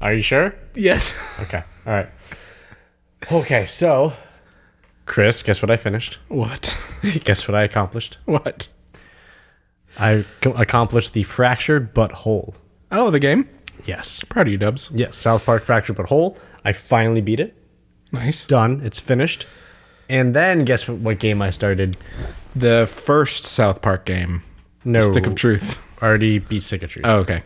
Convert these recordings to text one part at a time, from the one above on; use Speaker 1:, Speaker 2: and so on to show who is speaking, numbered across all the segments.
Speaker 1: Are you sure?
Speaker 2: Yes.
Speaker 1: Okay. All right. Okay. So, Chris, guess what I finished?
Speaker 2: What?
Speaker 1: Guess what I accomplished?
Speaker 2: What?
Speaker 1: I co- accomplished the fractured but whole.
Speaker 2: Oh, the game.
Speaker 1: Yes.
Speaker 2: Proud of you, Dubs.
Speaker 1: Yes. South Park fractured but whole. I finally beat it.
Speaker 2: Nice.
Speaker 1: Done. It's finished. And then guess what, what game I started?
Speaker 2: The first South Park game,
Speaker 1: No.
Speaker 2: Stick of Truth.
Speaker 1: Already beat Stick of Truth.
Speaker 2: Oh, okay.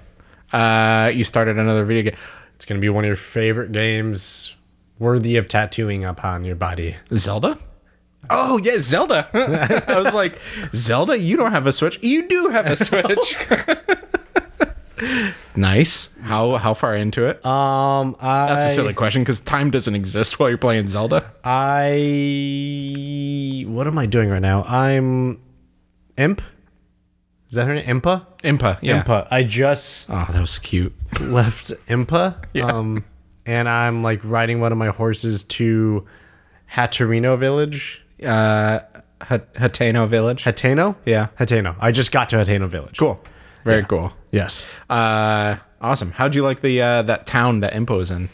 Speaker 2: Uh, you started another video game.
Speaker 1: It's gonna be one of your favorite games, worthy of tattooing upon your body.
Speaker 2: Zelda? Oh yeah, Zelda. I was like, Zelda, you don't have a Switch. You do have a Switch. nice. How how far into it?
Speaker 1: Um, I,
Speaker 2: That's a silly question because time doesn't exist while you're playing Zelda.
Speaker 1: I what am I doing right now? I'm Imp. Is that her name? Impa?
Speaker 2: Impa. Yeah.
Speaker 1: Impa. I just
Speaker 2: Oh, that was cute.
Speaker 1: left Impa. Um and I'm like riding one of my horses to Hatterino village.
Speaker 2: Uh, Hat- Hateno Village.
Speaker 1: Hateno?
Speaker 2: Yeah.
Speaker 1: Hateno. I just got to Hateno village.
Speaker 2: Cool. Very cool.
Speaker 1: Yes.
Speaker 2: Uh, awesome. How'd you like the uh, that town that Impo is in?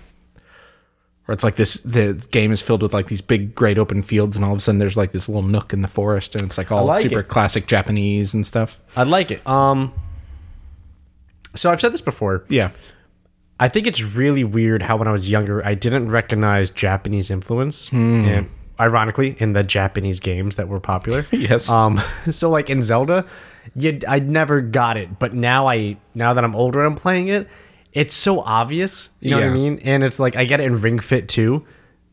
Speaker 2: Where it's like this, the game is filled with like these big, great open fields, and all of a sudden there's like this little nook in the forest, and it's like all
Speaker 1: like
Speaker 2: super
Speaker 1: it.
Speaker 2: classic Japanese and stuff.
Speaker 1: I like it. Um So I've said this before.
Speaker 2: Yeah,
Speaker 1: I think it's really weird how when I was younger, I didn't recognize Japanese influence,
Speaker 2: Hmm.
Speaker 1: and ironically, in the Japanese games that were popular.
Speaker 2: Yes.
Speaker 1: Um. So like in Zelda, you I never got it, but now I now that I'm older, and I'm playing it. It's so obvious, you know what
Speaker 2: Yeah.
Speaker 1: I mean? And it's like I get it in Ring Fit too.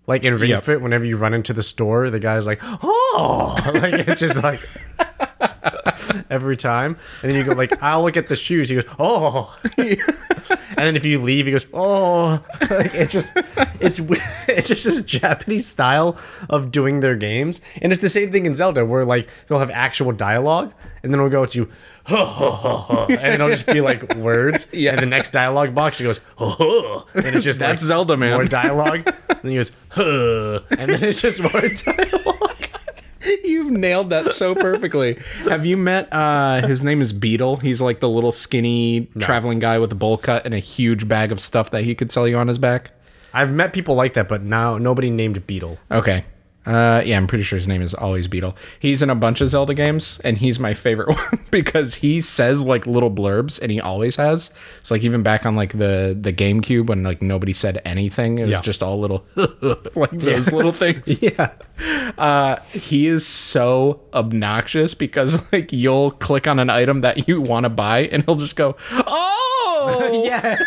Speaker 1: Like in Ring
Speaker 2: Yep.
Speaker 1: Fit, whenever you run into the store, the guy's like, "Oh!" Like it's just like every time. And then you go like, "I'll look at the shoes." He goes, "Oh." and then if you leave, he goes, "Oh." Like it's just, it's w- it's just this Japanese style of doing their games, and it's the same thing in Zelda, where like they'll have actual dialogue, and then it'll go to, "Ho ho ho," ho," and it'll just be like words,
Speaker 2: Yeah.
Speaker 1: and the next dialogue box, he goes, "Ho ho," and it's just
Speaker 2: That's
Speaker 1: like,
Speaker 2: Zelda, man.
Speaker 1: More dialogue, and then he goes, "Huh," and then it's just more dialogue.
Speaker 2: you've nailed that so perfectly. Have you met? uh His name is Beetle. He's like the little skinny traveling guy with a bowl cut and a huge bag of stuff that he could sell you on his back.
Speaker 1: I've met people like that, but now nobody named Beetle.
Speaker 2: Okay. Uh, yeah, I'm pretty sure his name is always Beetle. He's in a bunch of Zelda games, and he's my favorite one because he says like little blurbs, and he always has. It's like even back on like the the GameCube when like nobody said anything, it was
Speaker 1: Yeah.
Speaker 2: just all little like those little things.
Speaker 1: Yeah.
Speaker 2: Uh, he is so obnoxious because like you'll click on an item that you want to buy, and he'll just go, "Oh,
Speaker 1: Yeah.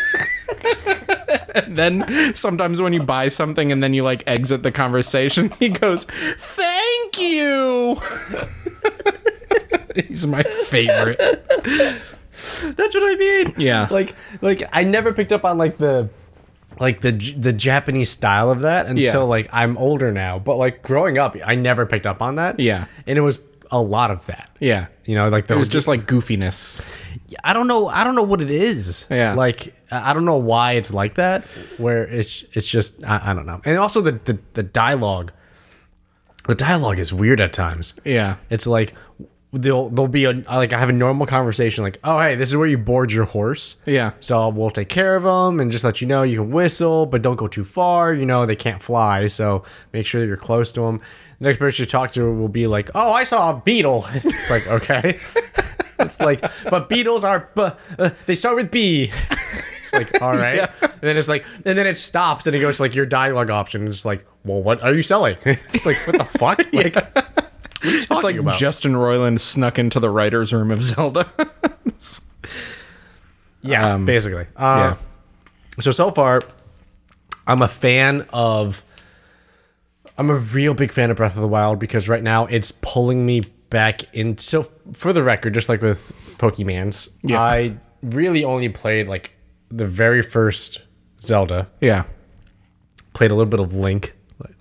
Speaker 2: then sometimes when you buy something and then you like exit the conversation, he goes, "Thank you." He's my favorite.
Speaker 1: That's what I mean.
Speaker 2: Yeah.
Speaker 1: Like like I never picked up on like the like the J- the Japanese style of that until
Speaker 2: Yeah.
Speaker 1: like I'm older now. But like growing up, I never picked up on that.
Speaker 2: Yeah.
Speaker 1: And it was a lot of that.
Speaker 2: Yeah.
Speaker 1: You know, like the
Speaker 2: It was just like goofiness.
Speaker 1: I don't know I don't know what it is.
Speaker 2: Yeah.
Speaker 1: Like I I don't know why it's like that. Where it's it's just I, I don't know. And also the, the the dialogue. The dialogue is weird at times.
Speaker 2: Yeah.
Speaker 1: It's like they'll they'll be a, like I have a normal conversation like, "Oh, hey, this is where you board your horse."
Speaker 2: Yeah.
Speaker 1: So we'll take care of them and just let you know you can whistle, but don't go too far. You know, they can't fly, so make sure that you're close to them. The next person you talk to will be like, "Oh, I saw a beetle." it's like, "Okay." it's like, "But beetles are bu- uh, they start with B." it's like, "All right." And then it's like and then it stops and it goes to, like your dialogue option and it's like, "Well, what are you selling?" it's like, "What the fuck?" Like
Speaker 2: It's like
Speaker 1: about?
Speaker 2: Justin Roiland snuck into the writers' room of Zelda.
Speaker 1: Yeah,
Speaker 2: Um,
Speaker 1: basically. Uh,
Speaker 2: yeah.
Speaker 1: So so far, I'm a fan of. I'm a real big fan of Breath of the Wild because right now it's pulling me back in. So for the record, just like with Pokemans,
Speaker 2: Yeah.
Speaker 1: I really only played like the very first Zelda.
Speaker 2: yeah.
Speaker 1: Played a little bit of Link,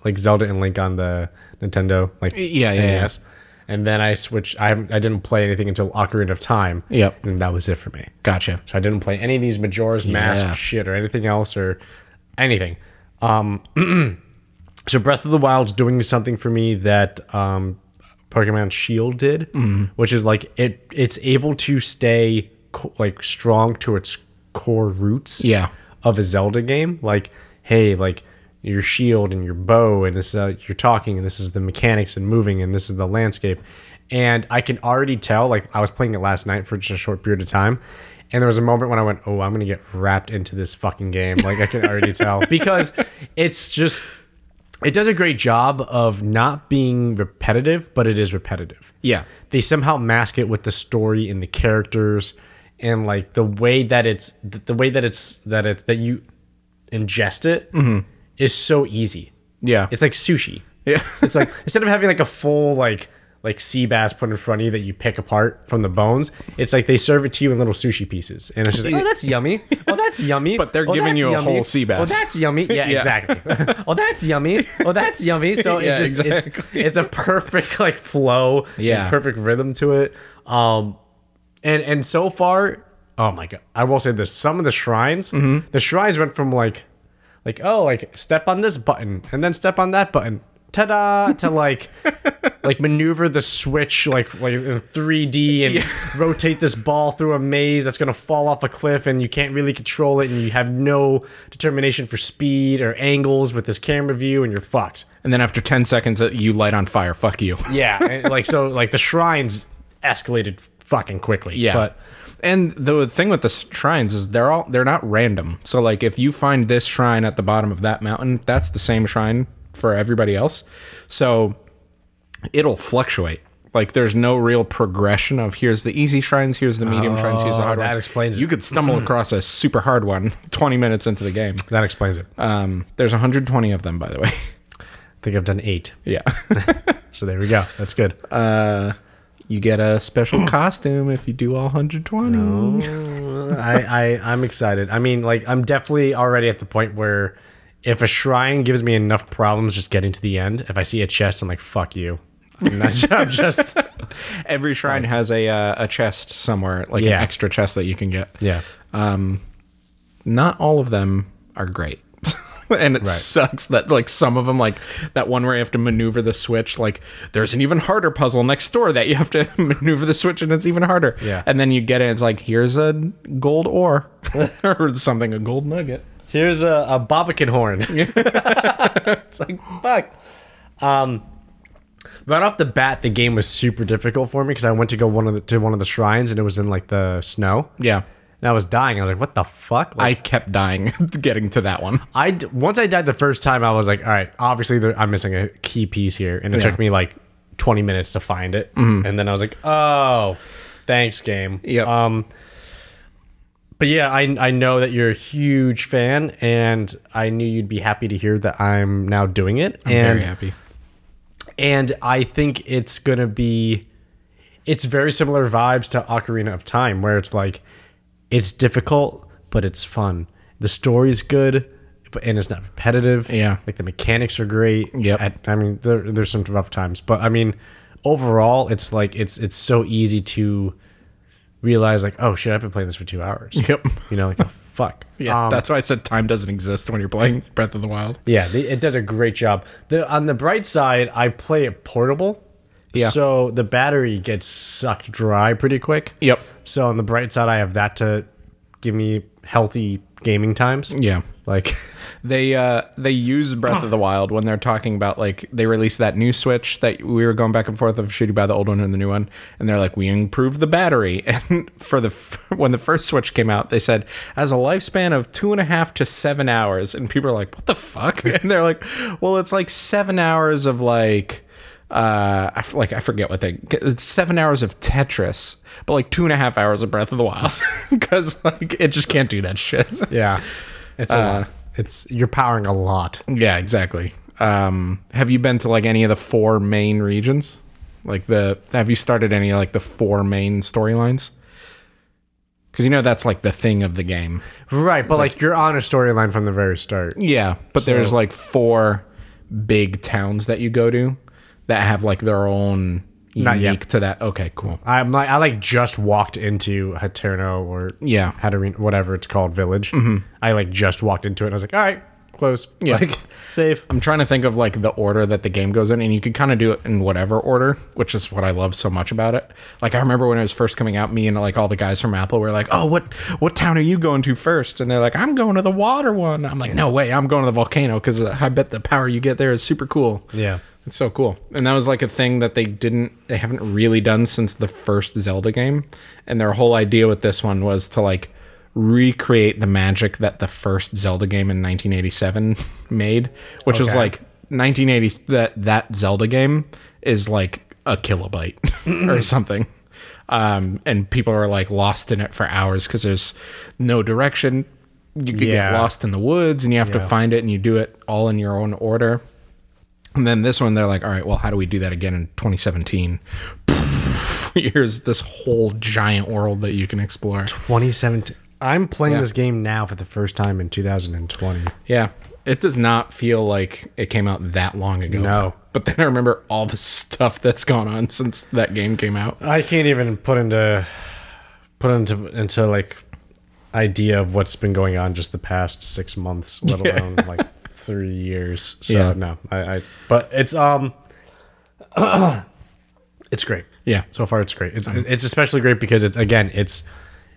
Speaker 1: like Zelda and Link on the Nintendo, like
Speaker 2: Yeah, yeah, yeah.
Speaker 1: NES. And then I switched. I haven't- I didn't play anything until Ocarina of Time.
Speaker 2: Yep.
Speaker 1: and that was it for me.
Speaker 2: Gotcha.
Speaker 1: So I didn't play any of these Majora's Mask
Speaker 2: Yeah.
Speaker 1: shit or anything else or anything. Um, so Breath of the Wild's doing something for me that um, Pokemon Shield did,
Speaker 2: Mm-hmm.
Speaker 1: which is like it it's able to stay co- like strong to its core roots
Speaker 2: Yeah.
Speaker 1: of a Zelda game. Like, hey, like your shield and your bow, and this uh, you're talking, and this is the mechanics and moving, and this is the landscape. And I can already tell. Like, I was playing it last night for just a short period of time, and there was a moment when I went, "Oh, I'm gonna get wrapped into this fucking game." Like, I can already tell because it's just. It does a great job of not being repetitive, but it is repetitive
Speaker 2: Yeah.
Speaker 1: they somehow mask it with the story and the characters and like the way that it's th- the way that it's that it's that you ingest it is so easy
Speaker 2: Mm-hmm. Yeah.
Speaker 1: it's like sushi
Speaker 2: yeah.
Speaker 1: it's like instead of having like a full like like sea bass put in front of you that you pick apart from the bones it's like they serve it to you in little sushi pieces and it's just like oh that's yummy oh that's yummy
Speaker 2: But they're
Speaker 1: Oh,
Speaker 2: giving
Speaker 1: that's
Speaker 2: you a
Speaker 1: yummy.
Speaker 2: whole sea
Speaker 1: oh
Speaker 2: bass.
Speaker 1: that's yummy yeah,
Speaker 2: Yeah.
Speaker 1: exactly oh that's yummy oh that's yummy so
Speaker 2: Yeah,
Speaker 1: it just
Speaker 2: exactly.
Speaker 1: it's, it's a perfect like flow and
Speaker 2: Yeah.
Speaker 1: perfect rhythm to it um and and so far oh my god i will say this some of the shrines the shrines went from like like oh like step on this button and then step on that button ta-da to like like maneuver the switch like like in 3d and rotate this ball through a maze that's gonna fall off a cliff and you can't really control it and you have no determination for speed or angles with this camera view and you're fucked
Speaker 2: And then after 10 seconds, uh, you light on fire. Fuck you.
Speaker 1: yeah and, like so like the shrines escalated fucking quickly
Speaker 2: Yeah.
Speaker 1: but
Speaker 2: and the thing with the shrines is they're all they're not random. So like if you find this shrine at the bottom of that mountain, that's the same shrine for everybody else. So it'll fluctuate. Like there's no real progression of here's the easy shrines, here's the medium shrines, here's the hard
Speaker 1: Oh, that
Speaker 2: ones.
Speaker 1: explains it.
Speaker 2: You could stumble across a super hard one 20 minutes into the game.
Speaker 1: that explains it i
Speaker 2: Um, there's 120 of them, by the way.
Speaker 1: think i've done eight
Speaker 2: yeah.
Speaker 1: so there we go that's good
Speaker 2: you get a special costume if you do all 120.
Speaker 1: I, I I'm excited. I mean, like I'm definitely already at the point where if a shrine gives me enough problems just getting to the end, if I see a chest, I'm like, fuck you. I'm not- I'm just
Speaker 2: Every shrine has a uh, a chest somewhere, like an
Speaker 1: Yeah.
Speaker 2: extra chest that you can get.
Speaker 1: yeah.
Speaker 2: Not all of them are great. and it sucks that like some of them like that one where you have to maneuver the switch like there's an even harder puzzle next door that you have to maneuver the switch and it's even harder
Speaker 1: Yeah.
Speaker 2: and then you get it and it's like here's a gold ore or something a gold nugget
Speaker 1: Here's a, a Bobican horn. it's like fuck. Um, right off the bat, the game was super difficult for me because I went to go one of the, to one of the shrines and it was in like the snow.
Speaker 2: yeah
Speaker 1: And I was dying. I was like, what the fuck? Like,
Speaker 2: i kept dying getting to that one
Speaker 1: I d- once I died the first time, I was like, all right, obviously there, I'm missing a key piece here, and it
Speaker 2: Yeah. Mm-hmm.
Speaker 1: took me like 20 minutes to find it, and then I was like, oh, thanks, game.
Speaker 2: Yep.
Speaker 1: Um. But yeah, I I know that you're a huge fan, and I knew you'd be happy to hear that I'm now doing it, and
Speaker 2: very happy
Speaker 1: and I think it's gonna be it's very similar vibes to Ocarina of Time, where it's like it's difficult, but it's fun. The story's good, but and it's not repetitive.
Speaker 2: Yeah.
Speaker 1: like the mechanics are great.
Speaker 2: Yep.
Speaker 1: I, I mean, there, there's some rough times, but I mean, overall, it's like it's it's so easy to realize like, oh shit, I've been playing this for two hours.
Speaker 2: Yep.
Speaker 1: You know, like oh, fuck.
Speaker 2: Yeah,
Speaker 1: Um,
Speaker 2: that's why I said time doesn't exist when you're playing Breath of the Wild.
Speaker 1: Yeah, the, it does a great job. The on the bright side, I play it portable.
Speaker 2: Yeah.
Speaker 1: So the battery gets sucked dry pretty quick.
Speaker 2: Yep.
Speaker 1: So on the bright side, I have that to give me healthy gaming times.
Speaker 2: Yeah.
Speaker 1: Like,
Speaker 2: They uh they use Breath of the Wild when they're talking about like they released that new Switch that we were going back and forth of should you buy the old one and the new one and they're like we improved the battery and for the f- when the first Switch came out they said has a lifespan of two and a half to seven hours and people are like what the fuck and they're like well it's like seven hours of like uh I f- like I forget what they it's seven hours of Tetris but like two and a half hours of Breath of the Wild because like it just can't do that shit
Speaker 1: yeah, it's a
Speaker 2: Uh,
Speaker 1: lot. It's you're powering a lot.
Speaker 2: Yeah, exactly. Um, have you been to like any of the four main regions? Like the have you started any like the four main storylines? Because you know that's like the thing of the game.
Speaker 1: Right, but like you're on a storyline from the very start.
Speaker 2: Yeah, but there's like four big towns that you go to that have like their own
Speaker 1: Not yet.
Speaker 2: unique to that. Okay, cool.
Speaker 1: I'm like I like just walked into Haterno or
Speaker 2: Yeah. Mm-hmm.
Speaker 1: Hatterene, whatever it's called, village. I like just walked into it. and I was like, all right, close.
Speaker 2: Yeah.
Speaker 1: Like, safe.
Speaker 2: I'm trying to think of like the order that the game goes in, and you could kind of do it in whatever order, which is what I love so much about it. Like I remember when it was first coming out, me and like all the guys from Apple were like, "Oh, what what town are you going to first? And they're like, "I'm going to the water one." I'm like, "No way, I'm going to the volcano because I bet the power you get there is super cool."
Speaker 1: Yeah.
Speaker 2: It's so cool. And that was like a thing that they didn't they haven't really done since the first Zelda game. And their whole idea with this one was to like recreate the magic that the first Zelda game in 1987 made, which was
Speaker 1: Okay.
Speaker 2: like 1980 that that Zelda game is like a kilobyte or something. Um and people are like lost in it for hours cuz there's no direction. You could get
Speaker 1: Yeah.
Speaker 2: lost in the woods and you have to
Speaker 1: Yeah.
Speaker 2: find it and you do it all in your own order. And then this one, they're like, all right, well, how do we do that again in 2017? Here's this whole giant world that you can explore.
Speaker 1: 2017. I'm playing this game now for the first time in 2020.
Speaker 2: Yeah. It does not feel like it came out that long ago.
Speaker 1: No.
Speaker 2: But then I remember all the stuff that's gone on since that game came out.
Speaker 1: I can't even put into put into into like idea of what's been going on just the past six months, let alone like three years. So
Speaker 2: Yeah.
Speaker 1: no, I, I but it's um, it's great.
Speaker 2: Yeah.
Speaker 1: So far, it's great. It's it's especially great because it's again, it's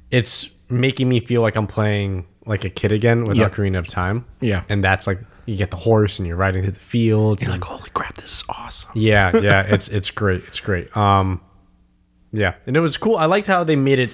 Speaker 1: it's making me feel like I'm playing like a kid again with
Speaker 2: Yeah.
Speaker 1: Ocarina of Time.
Speaker 2: Yeah.
Speaker 1: and that's like you get the horse and you're riding through the fields. and-
Speaker 2: Like, holy crap, this is awesome.
Speaker 1: yeah, yeah, it's it's great. It's great. Um yeah, and it was cool. I liked how they made it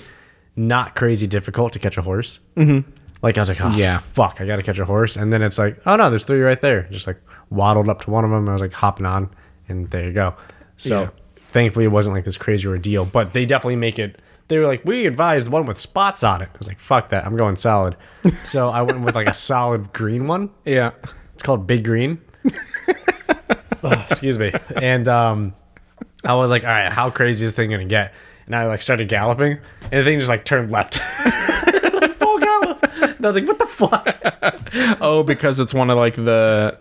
Speaker 1: not crazy difficult to catch a horse. Mm-hmm. Like I was like, oh,
Speaker 2: Yeah.
Speaker 1: yeah, fuck, I gotta catch a horse, and then it's like, oh no, there's three right there. Just like waddled up to one of them, and I was like hopping on, and there you go. So
Speaker 2: Yeah.
Speaker 1: thankfully, it wasn't like this crazy ordeal, but they definitely make it. They were like, we advise the one with spots on it. I was like, fuck that, I'm going solid. so I went with like a solid green one.
Speaker 2: Yeah.
Speaker 1: It's called Big Green. Oh, excuse me. And um, I was like, all right, how crazy is this thing gonna get? And I like started galloping, and the thing just like turned left, full gallop. And I was like, what the fuck?
Speaker 2: Oh, because it's one of like the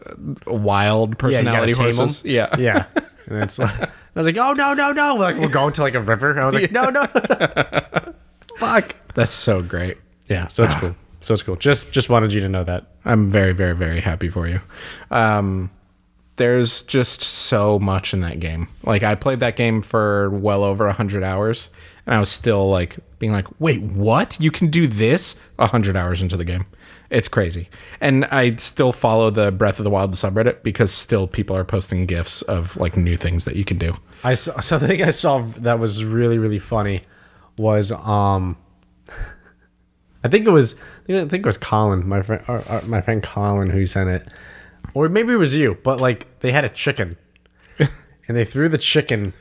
Speaker 2: wild
Speaker 1: you gotta
Speaker 2: personality
Speaker 1: tame 'em.
Speaker 2: horses. Yeah.
Speaker 1: Yeah. And it's like, and I was like, oh no no no! We're like we're going to like a river. And I was like, no no. no." fuck.
Speaker 2: That's so great.
Speaker 1: Yeah. So it's cool. So it's cool. Just just wanted you to know that.
Speaker 2: I'm very, very, very happy for you. Um, there's just so much in that game. Like I played that game for well over hundred hours, and I was still like being like, "Wait, what? You can do this?" hundred hours into the game, it's crazy. And I still follow the Breath of the Wild subreddit because still people are posting gifs of like new things that you can do.
Speaker 1: I saw something I saw that was really really funny was um I think it was I think it was Colin my friend our, our- my friend Colin who sent it or maybe it was you but like they had a chicken and they threw the chicken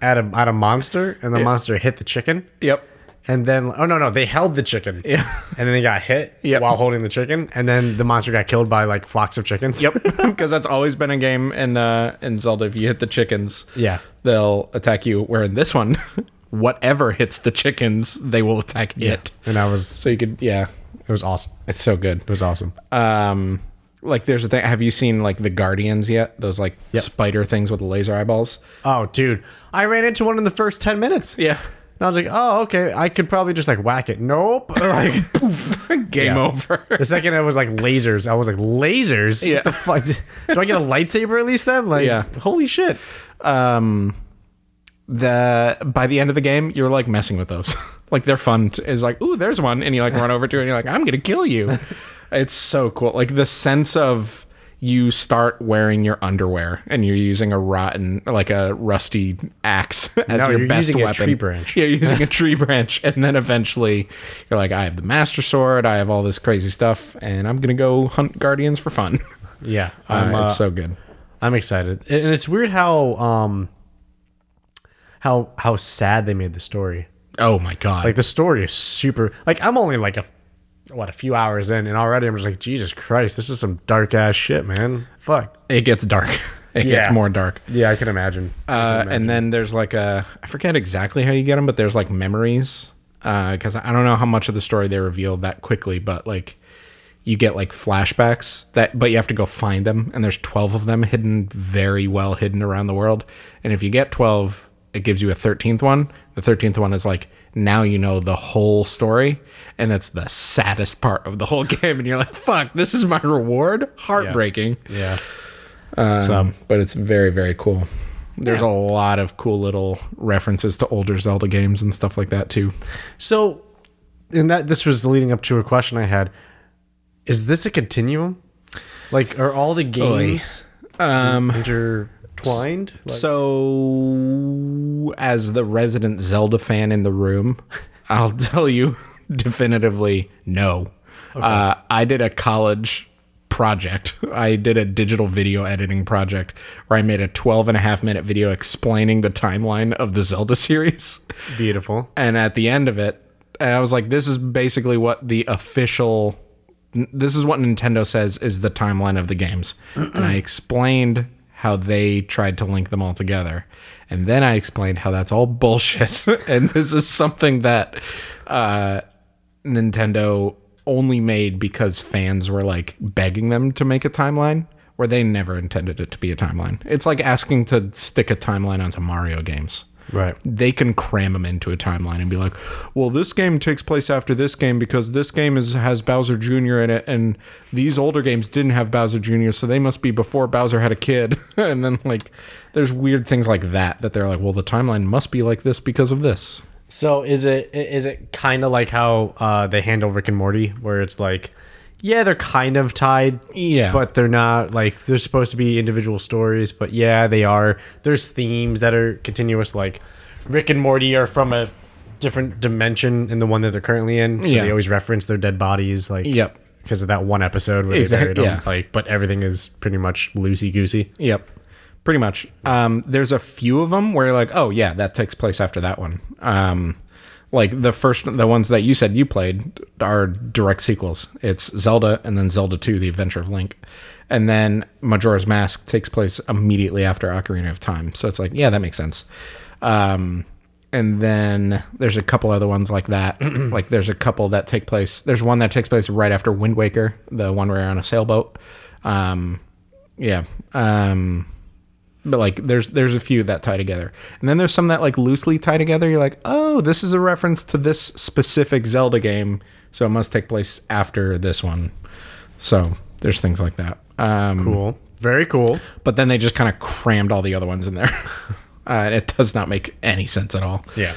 Speaker 1: at a at a monster and the monster hit the chicken
Speaker 2: Yep.
Speaker 1: and then oh no no they held the chicken
Speaker 2: Yeah.
Speaker 1: and then they got hit
Speaker 2: Yep.
Speaker 1: while holding the chicken and then the monster got killed by like flocks of chickens
Speaker 2: Yep, because that's always been a game in uh, in Zelda. If you hit the chickens,
Speaker 1: Yeah.
Speaker 2: they'll attack you. Where in this one, whatever hits the chickens, they will attack it.
Speaker 1: and I was
Speaker 2: So you could, yeah,
Speaker 1: it was awesome
Speaker 2: it's so good.
Speaker 1: it was awesome
Speaker 2: Um, like there's a thing. Have you seen like the Guardians yet? Those like spider things with laser eyeballs.
Speaker 1: oh dude I ran into one in the first 10 minutes
Speaker 2: Yeah,
Speaker 1: And I was like, oh, okay. I could probably just like whack it. Nope. Like
Speaker 2: game
Speaker 1: Yeah.
Speaker 2: over.
Speaker 1: the second it was like lasers, I was like, lasers?
Speaker 2: Yeah.
Speaker 1: What the fuck? Do I get a lightsaber at least then? Like,
Speaker 2: Yeah.
Speaker 1: holy shit.
Speaker 2: um the by the end of the game you're like messing with those like they're fun to, is like ooh there's one and you like run over to it and you're like i'm gonna kill you it's so cool like the sense of you start wearing your underwear and you're using a rotten like a rusty axe as
Speaker 1: No,
Speaker 2: your
Speaker 1: you're
Speaker 2: best
Speaker 1: using a
Speaker 2: weapon
Speaker 1: tree branch.
Speaker 2: yeah you're using a tree branch and then eventually you're like i have the master sword i have all this crazy stuff and i'm gonna go hunt guardians for fun
Speaker 1: Yeah.
Speaker 2: Uh,
Speaker 1: I'm, uh,
Speaker 2: it's so good
Speaker 1: I'm excited. And it's weird how, um, how, how sad they made the story.
Speaker 2: oh my god
Speaker 1: Like the story is super, like I'm only like a, what, a few hours in and already I'm just like, Jesus Christ, this is some dark ass shit, man. Fuck.
Speaker 2: it gets dark it
Speaker 1: Yeah.
Speaker 2: gets more dark
Speaker 1: Yeah, I can imagine.
Speaker 2: Uh, and then there's like a I forget exactly how you get them, but there's like memories because I don't know how much of the story they reveal that quickly, but like you get like flashbacks that, but you have to go find them, and there's twelve of them hidden, very well hidden around the world, and if you get twelve, it gives you a thirteenth one. The thirteenth one is like now you know the whole story, and that's the saddest part of the whole game. And you're like, "Fuck, this is my reward." Heartbreaking,
Speaker 1: Yeah.
Speaker 2: um, but it's very very cool. There's a lot of cool little references to older Zelda games and stuff like that too.
Speaker 1: So, and that this was leading up to a question I had: Is this a continuum? Like, are all the games
Speaker 2: Um,
Speaker 1: intertwined? Like,
Speaker 2: So, as the resident Zelda fan in the room, I'll tell you definitively no. Uh, I did a college project. I did a digital video editing project where I made a 12 and a half minute video explaining the timeline of the Zelda series.
Speaker 1: beautiful.
Speaker 2: And at the end of it, I was like, this is basically what the official. This is what Nintendo says is the timeline of the games. and I explained how they tried to link them all together. And then I explained how that's all bullshit. and this is something that uh, Nintendo only made because fans were like begging them to make a timeline where they never intended it to be a timeline. It's like asking to stick a timeline onto Mario games
Speaker 1: Right.
Speaker 2: they can cram them into a timeline and be like, "Well, this game takes place after this game because this game is has Bowser Jr. in it, and these older games didn't have Bowser Jr., so they must be before Bowser had a kid." and then like, there's weird things like that that they're like, "Well, the timeline must be like this because of this."
Speaker 1: So is it is it kind of like how uh, they handle Rick and Morty, where it's like, yeah, they're kind of tied,
Speaker 2: Yeah.
Speaker 1: but they're not like they're supposed to be individual stories, but yeah, they are. There's themes that are continuous, like Rick and Morty are from a different dimension in the one that they're currently in, so
Speaker 2: Yeah.
Speaker 1: they always reference their dead bodies, like
Speaker 2: Yep.
Speaker 1: because of that one episode where
Speaker 2: Exact-
Speaker 1: they buried
Speaker 2: yeah.
Speaker 1: them. Like, but everything is pretty much loosey goosey.
Speaker 2: Yep. Pretty much. Um, there's a few of them where you're like, oh yeah, that takes place after that one. Um, like the first, the ones that you said you played are direct sequels. It's Zelda and then Zelda 2: The Adventure of Link, and then Majora's Mask takes place immediately after Ocarina of Time. So it's like, yeah, that makes sense. Um, and then there's a couple other ones like that. like there's a couple that take place. There's one that takes place right after Wind Waker, the one where you're on a sailboat. Um, yeah. Um, but like there's there's a few that tie together. And then there's some that like loosely tie together. You're like, "Oh, this is a reference to this specific Zelda game, so it must take place after this one." So, there's things like that. Um
Speaker 1: Cool, very cool.
Speaker 2: but then they just kind of crammed all the other ones in there. uh, and it does not make any sense at all.
Speaker 1: Yeah,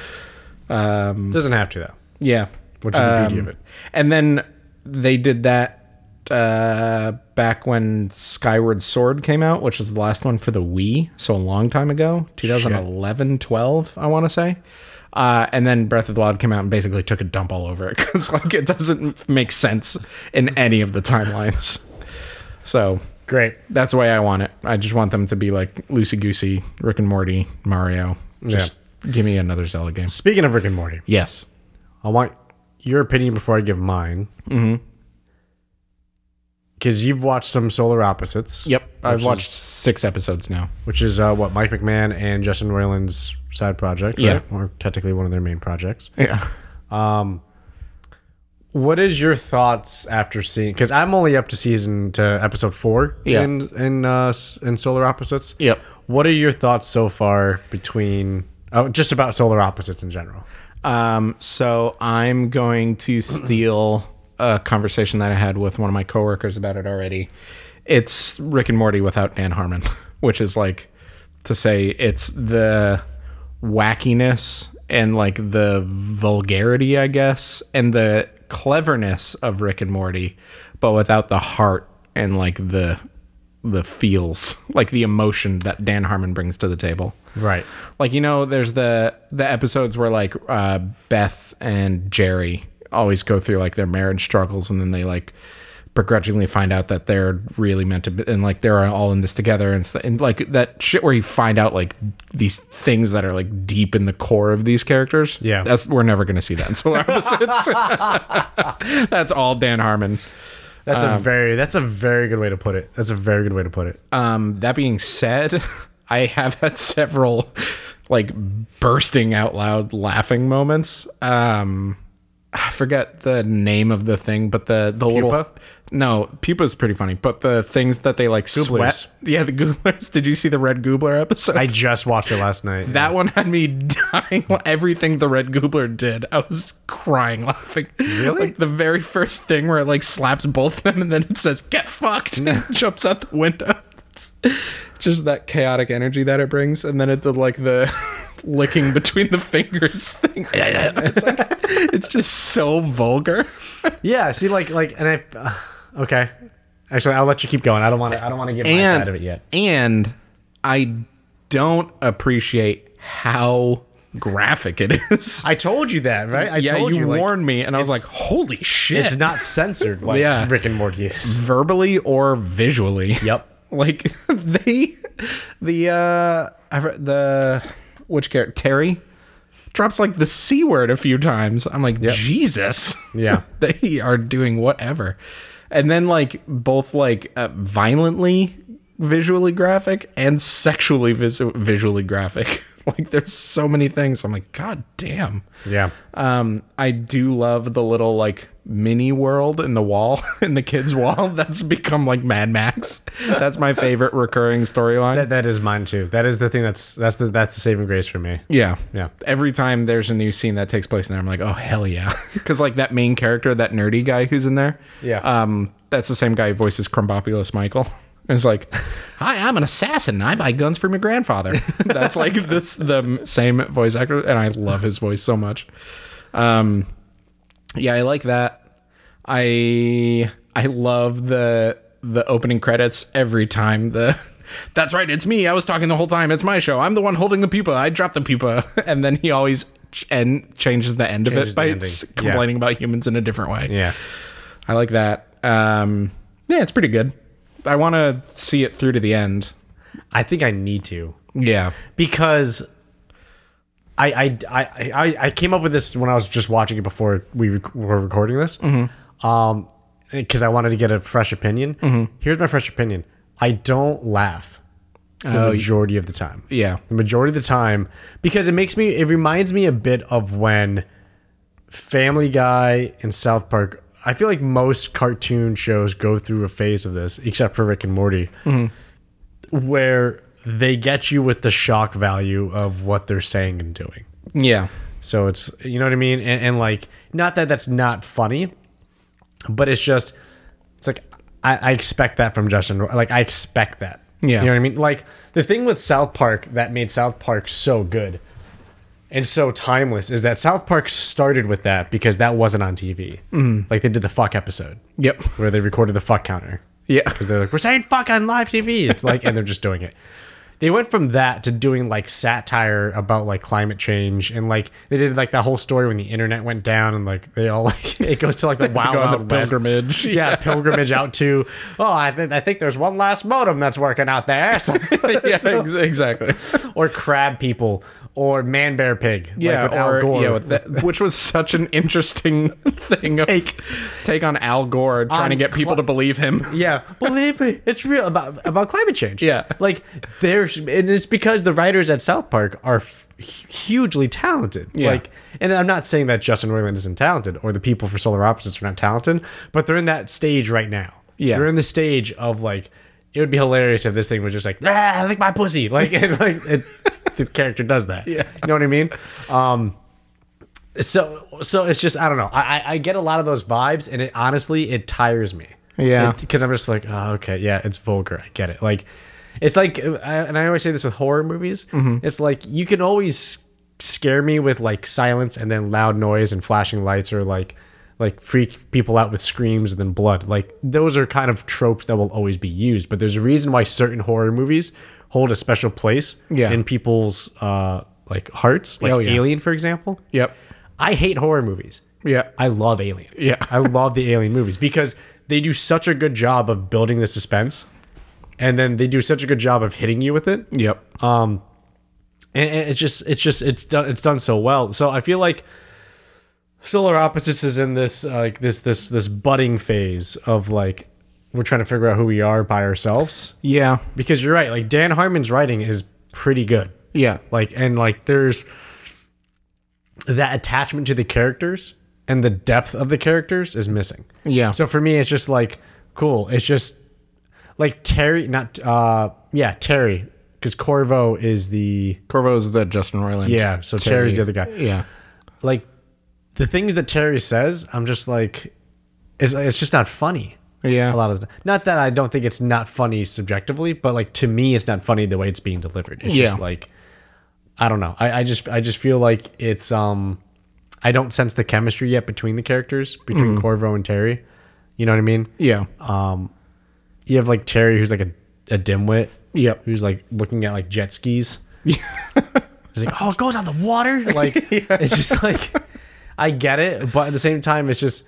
Speaker 1: um, doesn't have to though,
Speaker 2: Yeah.
Speaker 1: which is the beauty of
Speaker 2: Um,
Speaker 1: it.
Speaker 2: And then they did that uh, back when Skyward Sword came out, which is the last one for the Wii, so a long time ago, 2011, 12, I want to say. Uh, and then Breath of the Wild came out and basically took a dump all over it because like it doesn't make sense in any of the timelines. So
Speaker 1: Great.
Speaker 2: that's the way I want it. I just want them to be like loosey goosey, Rick and Morty, Mario. Just give me another Zelda game.
Speaker 1: Speaking of Rick and Morty,
Speaker 2: Yes.
Speaker 1: I want your opinion before I give mine. Mm-hmm. Because you've watched some Solar Opposites.
Speaker 2: Yep, I've
Speaker 1: Which
Speaker 2: watched six episodes now.
Speaker 1: Which is uh, what Mike McMahon and Justin Roiland's side project.
Speaker 2: Yeah.
Speaker 1: right? Or technically one of their main projects.
Speaker 2: Yeah,
Speaker 1: What is your thoughts after seeing? Because I'm only up to season to episode four.
Speaker 2: Yeah.
Speaker 1: In in uh, s- in Solar Opposites.
Speaker 2: Yep.
Speaker 1: What are your thoughts so far between? Oh, just about Solar Opposites in general.
Speaker 2: Um, so I'm going to steal a conversation that I had with one of my coworkers about it already. It's Rick and Morty without Dan Harmon, which is like to say it's the wackiness and like the vulgarity, I guess, and the cleverness of Rick and Morty, but without the heart and like the the feels, like the emotion that Dan Harmon brings to the table.
Speaker 1: Right.
Speaker 2: Like you know, there's the the episodes where like uh, Beth and Jerry always go through like their marriage struggles, and then they like begrudgingly find out that they're really meant to, be, and like they're all in this together, and, st- and like that shit where you find out like these things that are like deep in the core of these characters.
Speaker 1: Yeah.
Speaker 2: that's we're never gonna see that in Solar Opposites. that's all Dan Harmon.
Speaker 1: That's a very that's a very good way to put it. That's a very good way to put it.
Speaker 2: Um, that being said, I have had several like bursting out loud laughing moments. Um, I forget the name of the thing, but the the little No, Pupa's pretty funny, but the things that they like
Speaker 1: Gooblers.
Speaker 2: sweat. Yeah, the Gooblers. Did you see the Red Goobler episode?
Speaker 1: I just watched it last night.
Speaker 2: that one had me dying. Everything the Red Goobler did, I was crying laughing.
Speaker 1: Really?
Speaker 2: Like the very first thing where it like slaps both of them and then it says "Get fucked" and jumps out the window. It's just that chaotic energy that it brings, and then it did like the licking between the fingers thing. It's like it's just so vulgar.
Speaker 1: yeah, see, like, like, and I. uh, okay, actually, I'll let you keep going. I don't want to. I don't want to give my
Speaker 2: and
Speaker 1: side of it yet.
Speaker 2: and I don't appreciate how graphic it is.
Speaker 1: I told you that, right? I
Speaker 2: yeah,
Speaker 1: told
Speaker 2: you,
Speaker 1: like,
Speaker 2: warned me, and I was like,
Speaker 1: it's-
Speaker 2: "Holy shit!"
Speaker 1: it's not censored like
Speaker 2: Yeah.
Speaker 1: Rick and Morty is.
Speaker 2: verbally or visually.
Speaker 1: Yep.
Speaker 2: Like they, the uh, I re- the which character Terry drops like the c word a few times. I'm like, Jesus.
Speaker 1: Yeah.
Speaker 2: they are doing whatever, and then like both like uh, violently visually graphic and sexually visu- visually graphic. like there's so many things. I'm like, God damn.
Speaker 1: Yeah.
Speaker 2: Um, I do love the little like mini world in the wall in the kids' wall. That's become like Mad Max. That's my favorite recurring storyline.
Speaker 1: That, that is mine too. That is the thing that's that's the that's the saving grace for me.
Speaker 2: Yeah,
Speaker 1: Yeah.
Speaker 2: Every time there's a new scene that takes place in there, I'm like, oh hell yeah, because like that main character, that nerdy guy who's in there.
Speaker 1: Yeah.
Speaker 2: Um, that's the same guy who voices Crumbopulous Michael. It's like, hi, I'm an assassin. and I buy guns from your grandfather. That's like this the same voice actor, and I love his voice so much. Um, yeah, I like that. I I love the the opening credits every time. The that's right, it's me. I was talking the whole time. It's my show. I'm the one holding the pupa. I dropped the pupa, and then he always ch- and changes the end of
Speaker 1: Changes
Speaker 2: it
Speaker 1: the
Speaker 2: by
Speaker 1: ending.
Speaker 2: s-
Speaker 1: Yeah.
Speaker 2: complaining about humans in a different way.
Speaker 1: Yeah.
Speaker 2: I like that. Um, yeah, it's pretty good. I want to see it through to the end.
Speaker 1: I think I need to
Speaker 2: Yeah,
Speaker 1: because I I, I, I I came up with this when I was just watching it before we rec- were recording this. Um, because I wanted to get a fresh opinion. Here's my fresh opinion. I don't laugh the majority of the time.
Speaker 2: yeah,
Speaker 1: the majority of the time because it makes me it reminds me a bit of when family guy and south park i feel like most cartoon shows go through a phase of this except for rick and morty where they get you with the shock value of what they're saying and doing
Speaker 2: yeah,
Speaker 1: so it's you know what i mean and, and like not that that's not funny but it's just it's like I, I expect that from Justin. Like I expect that.
Speaker 2: Yeah.
Speaker 1: You know what I mean? Like the thing with South Park that made South Park so good and so timeless is that South Park started with that because that wasn't on TV.
Speaker 2: Mm-hmm.
Speaker 1: Like they did the fuck episode
Speaker 2: yep,
Speaker 1: where they recorded the fuck counter.
Speaker 2: yeah,
Speaker 1: Because they're like, we're saying fuck on live TV. It's like, and they're just doing it. They went from that to doing like satire about like climate change and like they did like that whole story when the internet went down and like they all like it goes to like the wild,
Speaker 2: go on the
Speaker 1: Wild West.
Speaker 2: pilgrimage.
Speaker 1: yeah, pilgrimage out to oh I, th- I think there's one last modem that's working out there
Speaker 2: yeah, ex- exactly.
Speaker 1: or crab people or man bear pig like
Speaker 2: yeah,
Speaker 1: with Al
Speaker 2: or-
Speaker 1: Gore.
Speaker 2: yeah, with that- which was such an interesting thing of-
Speaker 1: Take.
Speaker 2: take on Al Gore trying
Speaker 1: On
Speaker 2: to get people
Speaker 1: cli-
Speaker 2: to believe him.
Speaker 1: Yeah, believe me, it's real about about climate change.
Speaker 2: Yeah.
Speaker 1: like there's, and it's because the writers at South Park are f- hugely talented.
Speaker 2: Yeah.
Speaker 1: Like, and I'm not saying that Justin Roiland isn't talented or the people for Solar Opposites are not talented, but they're in that stage right now.
Speaker 2: Yeah.
Speaker 1: they're in the stage of like, it would be hilarious if this thing was just like, ah, I like my pussy, like, and, like it, the character does that.
Speaker 2: Yeah.
Speaker 1: you know what I mean. Um, so so it's just I don't know. I I, I get a lot of those vibes, and it honestly it tires me.
Speaker 2: Yeah.
Speaker 1: because I'm just like, oh, okay, yeah, it's vulgar. I get it. Like, it's like, uh, I, and I always say this with horror movies.
Speaker 2: Mm-hmm.
Speaker 1: It's like you can always scare me with like silence and then loud noise and flashing lights or like like freak people out with screams and then blood like those are kind of tropes that will always be used but there's a reason why certain horror movies hold a special place
Speaker 2: Yeah.
Speaker 1: in people's uh like hearts like
Speaker 2: Oh, yeah.
Speaker 1: alien for example
Speaker 2: Yep.
Speaker 1: I hate horror movies.
Speaker 2: Yeah.
Speaker 1: I love Alien.
Speaker 2: Yeah.
Speaker 1: I love the Alien movies because they do such a good job of building the suspense, and then they do such a good job of hitting you with it.
Speaker 2: Yep.
Speaker 1: And, and it's just, it's just, it's done, it's done so well. So I feel like Solar Opposites is in this, uh, like this, this, this budding phase of like we're trying to figure out who we are by ourselves.
Speaker 2: yeah.
Speaker 1: Because you're right, like Dan Harmon's writing is pretty good.
Speaker 2: Yeah.
Speaker 1: like and like there's that attachment to the characters and the depth of the characters is missing
Speaker 2: Yeah.
Speaker 1: so for me it's just like cool. It's just like Terry, not uh, yeah, Terry, because Corvo is the
Speaker 2: Corvo's the Justin Roiland.
Speaker 1: yeah. So Terry's the other guy.
Speaker 2: Yeah.
Speaker 1: Like the things that Terry says, I'm just like, it's it's just not funny.
Speaker 2: Yeah.
Speaker 1: A lot of the, not that I don't think it's not funny subjectively, but like to me, it's not funny the way it's being delivered. It's just
Speaker 2: Yeah.
Speaker 1: like, I don't know. I, I just I just feel like it's um, I don't sense the chemistry yet between the characters between
Speaker 2: Mm.
Speaker 1: Corvo and Terry. You know what I mean?
Speaker 2: Yeah.
Speaker 1: you have like Terry who's like a, a dimwit
Speaker 2: yep.
Speaker 1: who's like looking at like jet skis. He's like, oh, it goes on the water. Like it's just like I get it, but at the same time, it's just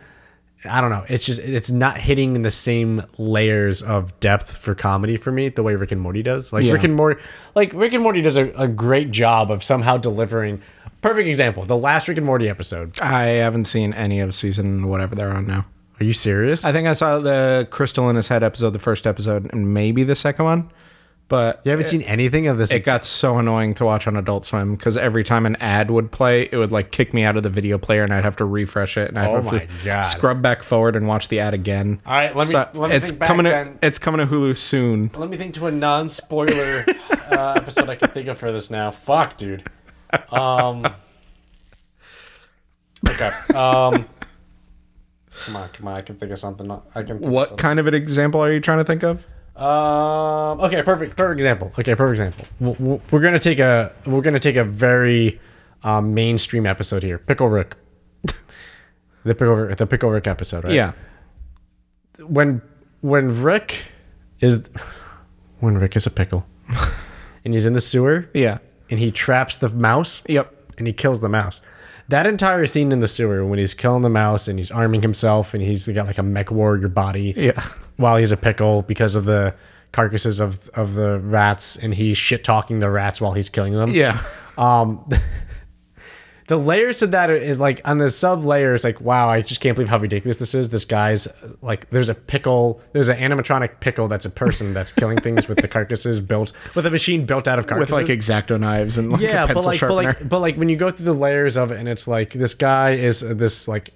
Speaker 1: I don't know. It's just it's not hitting the same layers of depth for comedy for me the way Rick and Morty does. Like
Speaker 2: Yeah.
Speaker 1: Rick and Morty, like Rick and Morty does a, a great job of somehow delivering. Perfect example: the last Rick and Morty episode.
Speaker 2: I haven't seen any of season whatever they're on now.
Speaker 1: Are you serious?
Speaker 2: I think I saw the Crystal in his head episode, the first episode, and maybe the second one. But
Speaker 1: you haven't seen anything of this.
Speaker 2: it got so annoying to watch on Adult Swim because every time an ad would play, it would like kick me out of the video player, and I'd have to refresh it, and I'd
Speaker 1: Oh
Speaker 2: have
Speaker 1: my
Speaker 2: to
Speaker 1: God.
Speaker 2: scrub back forward and watch the ad again.
Speaker 1: All right, let me
Speaker 2: So
Speaker 1: let me
Speaker 2: it's
Speaker 1: think back
Speaker 2: coming.
Speaker 1: then.
Speaker 2: To, it's coming to Hulu soon.
Speaker 1: Let me think to a non-spoiler uh, episode I can think of for this now. Fuck, dude. Um. Okay. Um. Come on, come on. I can think of something. I can. Think of
Speaker 2: What
Speaker 1: something.
Speaker 2: kind of an example are you trying to think of?
Speaker 1: Um. Okay. Perfect. Perfect example. Okay. Perfect example. W- w- We're gonna take a. We're gonna take a very um, mainstream episode here. Pickle Rick. The pickle. Rick- The pickle Rick episode. Right?
Speaker 2: Yeah,
Speaker 1: when when Rick is when Rick is a pickle and he's in the sewer
Speaker 2: yeah,
Speaker 1: and he traps the mouse
Speaker 2: yep,
Speaker 1: and he kills the mouse. That entire scene in the sewer when he's killing the mouse and he's arming himself and he's got like a mech warrior body
Speaker 2: yeah,
Speaker 1: while he's a pickle because of the carcasses of of the rats and he's shit talking the rats while he's killing them
Speaker 2: yeah,
Speaker 1: um the layers to that is like on the sub layer it's like wow i just can't believe how ridiculous this is this guy's uh, like there's a pickle there's an animatronic pickle that's a person that's killing things with the carcasses built with a machine built out of
Speaker 2: with
Speaker 1: carcasses
Speaker 2: like exacto knives and like
Speaker 1: yeah
Speaker 2: a
Speaker 1: but
Speaker 2: pencil
Speaker 1: like but
Speaker 2: sharpener.
Speaker 1: like but like when you go through the layers of it and it's like this guy is uh, this like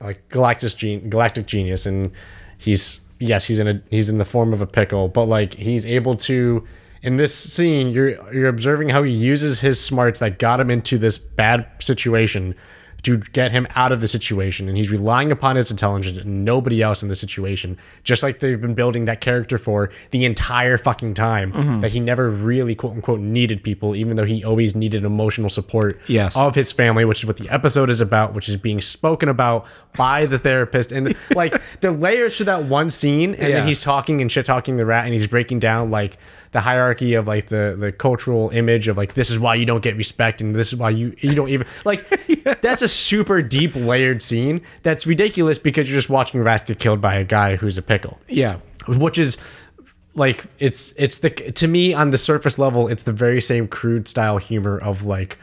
Speaker 1: like galactus gen- galactic genius and he's yes he's in a he's in the form of a pickle but like he's able to in this scene you're you're observing how he uses his smarts that got him into this bad situation to get him out of the situation and he's relying upon his intelligence and nobody else in the situation just like they've been building that character for the entire fucking time that he never really quote unquote needed people even though he always needed emotional support
Speaker 2: Yes.
Speaker 1: of his family, which is what the episode is about, which is being spoken about by the therapist. And like the layers to that one scene, and
Speaker 2: Yeah.
Speaker 1: then he's talking and shit talking the rat, and he's breaking down like the hierarchy of like the the cultural image of like this is why you don't get respect, and this is why you you don't even like. That's a super deep layered scene. That's ridiculous because you're just watching rats get killed by a guy who's a pickle
Speaker 2: yeah,
Speaker 1: which is like it's it's the to me on the surface level it's the very same crude style humor of like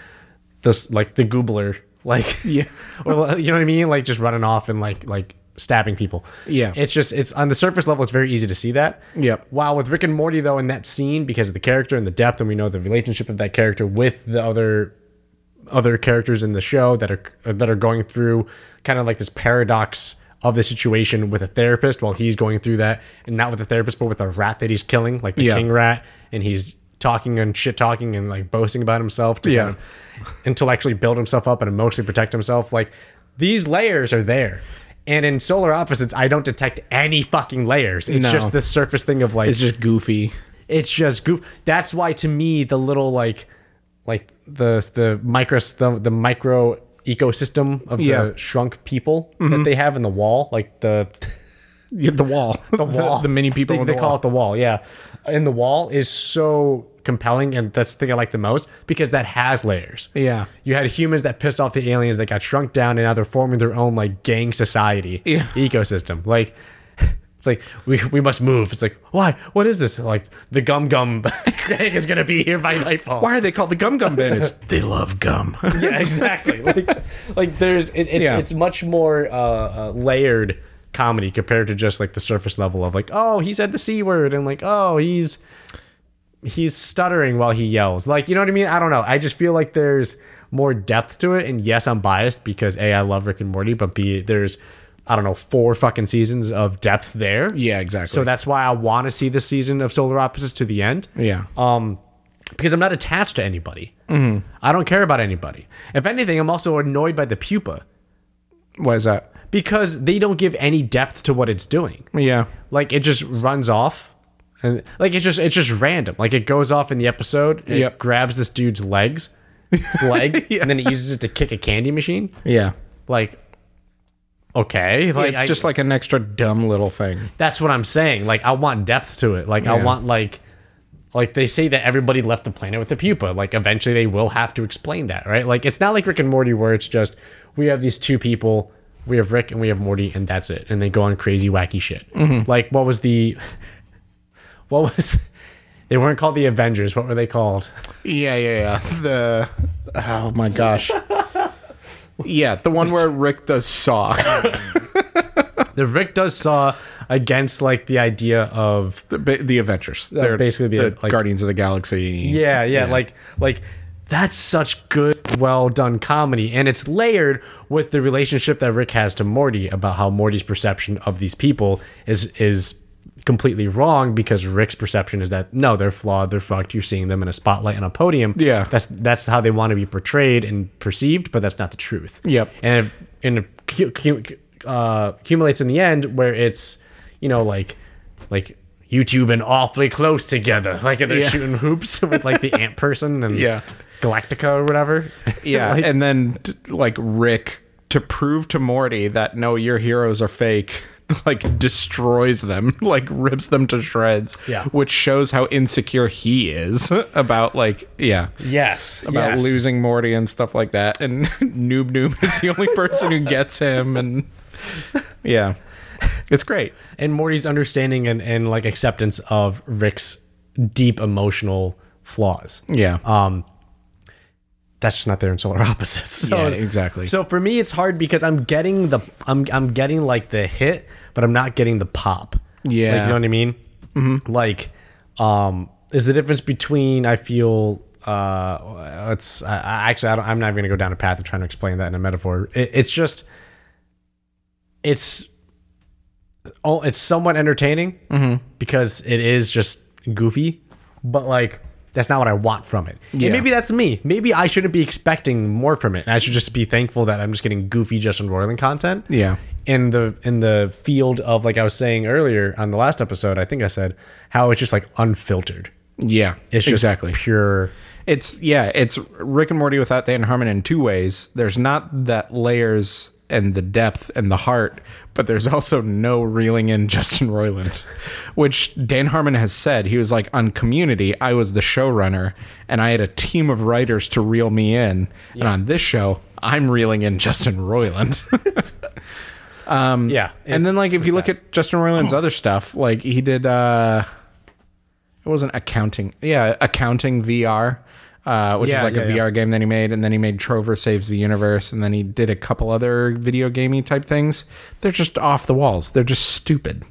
Speaker 1: this like the goobler like
Speaker 2: Yeah.
Speaker 1: well you know what i mean like just running off and like like stabbing people
Speaker 2: Yeah.
Speaker 1: it's just it's on the surface level it's very easy to see that
Speaker 2: Yep.
Speaker 1: Wow, with Rick and Morty though, in that scene, because of the character and the depth, and we know the relationship of that character with the other other characters in the show that are that are going through kind of like this paradox of the situation with a therapist while he's going through that, and not with the therapist, but with a rat that he's killing, like the
Speaker 2: Yeah.
Speaker 1: king rat, and he's talking and shit talking and like boasting about himself to
Speaker 2: Yeah.
Speaker 1: kind of intellectually build himself up and emotionally protect himself. Like these layers are there. And in solar opposites, I don't detect any fucking layers. It's
Speaker 2: No.
Speaker 1: just the surface thing of like
Speaker 2: it's just goofy.
Speaker 1: it's just goof. That's why to me the little like like the the micro the, the micro ecosystem of
Speaker 2: Yeah.
Speaker 1: the shrunk people that they have in the wall, like the
Speaker 2: Yeah, the wall,
Speaker 1: the wall,
Speaker 2: the, mini people.
Speaker 1: They,
Speaker 2: in
Speaker 1: they
Speaker 2: the
Speaker 1: call
Speaker 2: wall.
Speaker 1: it the wall. Yeah, in the wall is so compelling, and that's the thing I like the most because that has layers.
Speaker 2: Yeah.
Speaker 1: You had humans that pissed off the aliens that got shrunk down, and now they're forming their own like gang society
Speaker 2: Yeah.
Speaker 1: ecosystem. Like, it's like we, we must move. It's like why? What is this? Like the gum gum gang is gonna be here by nightfall.
Speaker 2: Why are they called the Gum Gum Bandits? they love gum.
Speaker 1: Yeah, exactly. like, like there's it, it's
Speaker 2: Yeah.
Speaker 1: it's much more uh, uh, layered comedy compared to just like the surface level of like oh he said the c word and like oh he's he's stuttering while he yells like you know what i mean i don't know i just feel like there's more depth to it and yes i'm biased because a i love rick and morty but b there's I don't know, four fucking seasons of depth there.
Speaker 2: Yeah, exactly.
Speaker 1: So that's why I want to see this season of Solar Opposites to the end.
Speaker 2: yeah.
Speaker 1: Um, because I'm not attached to anybody. I don't care about anybody. If anything, I'm also annoyed by the pupa
Speaker 2: Why is that?
Speaker 1: because they don't give any depth to what it's doing.
Speaker 2: Yeah.
Speaker 1: Like it just runs off, and like it's just it's just random. Like it goes off in the episode. It
Speaker 2: Yep.
Speaker 1: grabs this dude's legs, leg, and then it uses it to kick a candy machine.
Speaker 2: Yeah.
Speaker 1: Like, okay, like
Speaker 2: it's
Speaker 1: I-
Speaker 2: just like an extra dumb little thing.
Speaker 1: that's what I'm saying. Like I want depth to it. Like I
Speaker 2: Yeah.
Speaker 1: want like like they say that everybody left the planet with the pupa. Like eventually they will have to explain that, right? Like it's not like Rick and Morty where it's just we have these two people, we have Rick and we have Morty, and that's it. And they go on crazy wacky shit. Like what was the what was they weren't called the Avengers. What were they called?
Speaker 2: Yeah, yeah, yeah. The oh my gosh. Yeah, the one where Rick does Saw,
Speaker 1: The Rick does saw against like the idea of
Speaker 2: the, ba- the Adventures. They're
Speaker 1: basically the,
Speaker 2: the
Speaker 1: like-
Speaker 2: Guardians of the Galaxy.
Speaker 1: Yeah, yeah, like like that's such good, well done comedy, and it's layered with the relationship that Rick has to Morty about how Morty's perception of these people is is completely wrong because Rick's perception is that no, they're flawed, they're fucked. You're seeing them in a spotlight on a podium.
Speaker 2: Yeah.
Speaker 1: that's that's how they want to be portrayed and perceived, but that's not the truth.
Speaker 2: Yep.
Speaker 1: and it, and it cu- cu- uh, accumulates in the end where it's you know like like. You two been awfully close together. Like they're
Speaker 2: Yeah.
Speaker 1: shooting hoops with like the ant person and
Speaker 2: Yeah.
Speaker 1: Galactica or whatever.
Speaker 2: yeah.
Speaker 1: Like,
Speaker 2: and then t- like Rick to prove to Morty that no, your heroes are fake. Like destroys them, like rips them to shreds.
Speaker 1: Yeah.
Speaker 2: which shows how insecure he is about like yeah
Speaker 1: yes.
Speaker 2: about
Speaker 1: yes.
Speaker 2: losing Morty and stuff like that. And Noob Noob is the only person who gets him. And yeah, it's great.
Speaker 1: and Morty's understanding and, and like acceptance of Rick's deep emotional flaws.
Speaker 2: Yeah.
Speaker 1: Um, That's just not there in Solar Opposites. So,
Speaker 2: Yeah, exactly.
Speaker 1: So for me, it's hard because I'm getting the I'm I'm getting like the hit, but I'm not getting the pop.
Speaker 2: Yeah. Mm-hmm.
Speaker 1: Like, you know what I mean? Like, um, is the difference between I feel uh, it's I, I actually I don't, I'm not even gonna go down a path of trying to explain that in a metaphor. It, it's just it's oh, it's somewhat entertaining
Speaker 2: Mm-hmm.
Speaker 1: because it is just goofy, but like that's not what I want from it.
Speaker 2: Yeah.
Speaker 1: And maybe that's me. Maybe I shouldn't be expecting more from it. And I should just be thankful that I'm just getting goofy Justin Roiland content
Speaker 2: yeah.
Speaker 1: in the in the field of like I was saying earlier on the last episode, I think I said how it's just like unfiltered.
Speaker 2: Yeah.
Speaker 1: It's just pure.
Speaker 2: It's, yeah, it's Rick and Morty without Dan Harmon in two ways. There's not that layers and the depth and the heart, but there's also no reeling in Justin Roiland, which Dan Harmon has said. He was like, on Community, I was the showrunner and I had a team of writers to reel me in. And on this show, I'm reeling in Justin Roiland.
Speaker 1: yeah.
Speaker 2: Um, and
Speaker 1: it's-
Speaker 2: then like if you look at Justin Roiland's other stuff, like he did uh it wasn't accounting. Yeah, accounting VR. Uh, which
Speaker 1: Yeah,
Speaker 2: is like
Speaker 1: yeah,
Speaker 2: a
Speaker 1: yeah.
Speaker 2: VR game that he made, and then he made Trover Saves the Universe, and then he did a couple other video gamey type things. They're just off the walls. They're just stupid,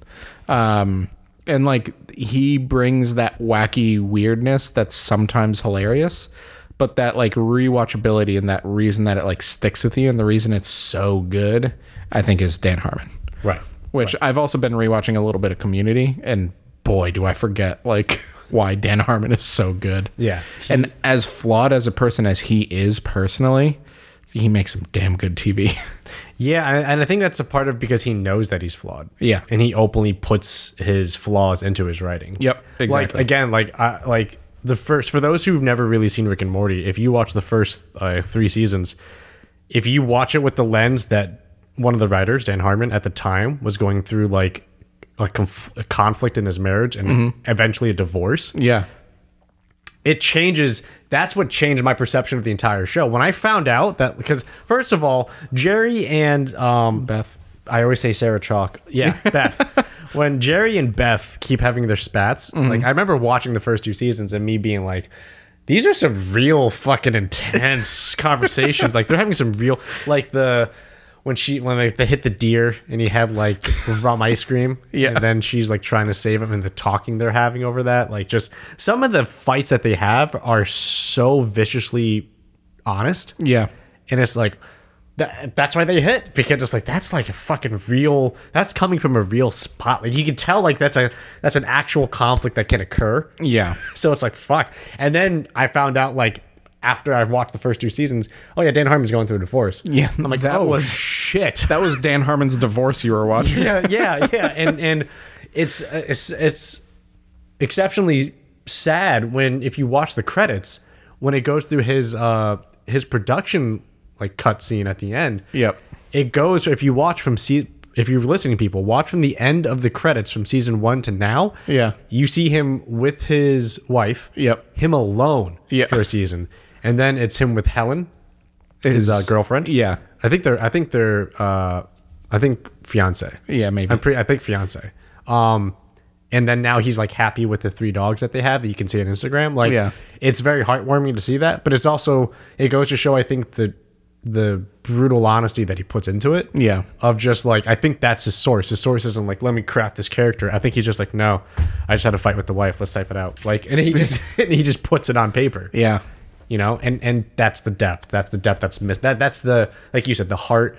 Speaker 2: um, and like he brings that wacky weirdness that's sometimes hilarious, but that like rewatchability and that reason that it like sticks with you, and the reason it's so good, I think, is Dan Harmon
Speaker 1: right.
Speaker 2: which I've also been rewatching a little bit of Community, and boy, do I forget like why Dan Harmon is so good.
Speaker 1: Yeah.
Speaker 2: and as flawed as a person as he is personally, he makes some damn good TV.
Speaker 1: Yeah, and, and I think that's a part of because he knows that he's flawed.
Speaker 2: Yeah.
Speaker 1: and he openly puts his flaws into his writing.
Speaker 2: Yep, exactly.
Speaker 1: Like again, like I, like the first for those who've never really seen Rick and Morty, if you watch the first uh, three seasons, if you watch it with the lens that one of the writers, Dan Harmon, at the time was going through like a, conf- a conflict in his marriage and eventually a divorce,
Speaker 2: yeah,
Speaker 1: it changes that's what changed my perception of the entire show when i found out that because first of all jerry and um
Speaker 2: Beth.
Speaker 1: i always say sarah chalk yeah beth when jerry and beth keep having their spats like i remember watching the first two seasons and me being like these are some real fucking intense conversations like they're having some real like the when she when they, they hit the deer and he had like rum ice cream
Speaker 2: Yeah.
Speaker 1: and then she's like trying to save him and the talking they're having over that like just some of the fights that they have are so viciously honest
Speaker 2: Yeah,
Speaker 1: and it's like that, that's why they hit because it's like that's like a fucking real. That's coming from a real spot. Like you can tell, like that's a that's an actual conflict that can occur.
Speaker 2: Yeah.
Speaker 1: So it's like fuck. And then I found out like after I've watched the first two seasons, oh yeah, Dan Harmon's going through a divorce.
Speaker 2: Yeah,
Speaker 1: I'm like
Speaker 2: that
Speaker 1: that oh,
Speaker 2: was-
Speaker 1: was shit.
Speaker 2: That was Dan Harmon's divorce you were watching.
Speaker 1: yeah, yeah, yeah. And and it's it's it's exceptionally sad when if you watch the credits when it goes through his uh his production like cutscene at the end.
Speaker 2: Yep.
Speaker 1: It goes if you watch from se- if you're listening people watch from the end of the credits from season 1 to now.
Speaker 2: Yeah.
Speaker 1: You see him with his wife.
Speaker 2: Yep.
Speaker 1: Him alone
Speaker 2: Yeah.
Speaker 1: for a season. And then it's him with Helen, his uh, girlfriend.
Speaker 2: Yeah.
Speaker 1: I think they're I think they're uh I think fiance.
Speaker 2: Yeah, maybe.
Speaker 1: I'm pretty. I think fiance. Um, and then now he's like happy with the three dogs that they have that you can see on Instagram. Like,
Speaker 2: Yeah.
Speaker 1: it's very heartwarming to see that. But it's also it goes to show I think the the brutal honesty that he puts into it.
Speaker 2: Yeah.
Speaker 1: Of just like I think that's his source. His source isn't like let me craft this character. I think he's just like no, I just had a fight with the wife. Let's type it out. Like and he just and he just puts it on paper
Speaker 2: Yeah.
Speaker 1: you know and and that's the depth that's the depth that's missed that that's the like you said the heart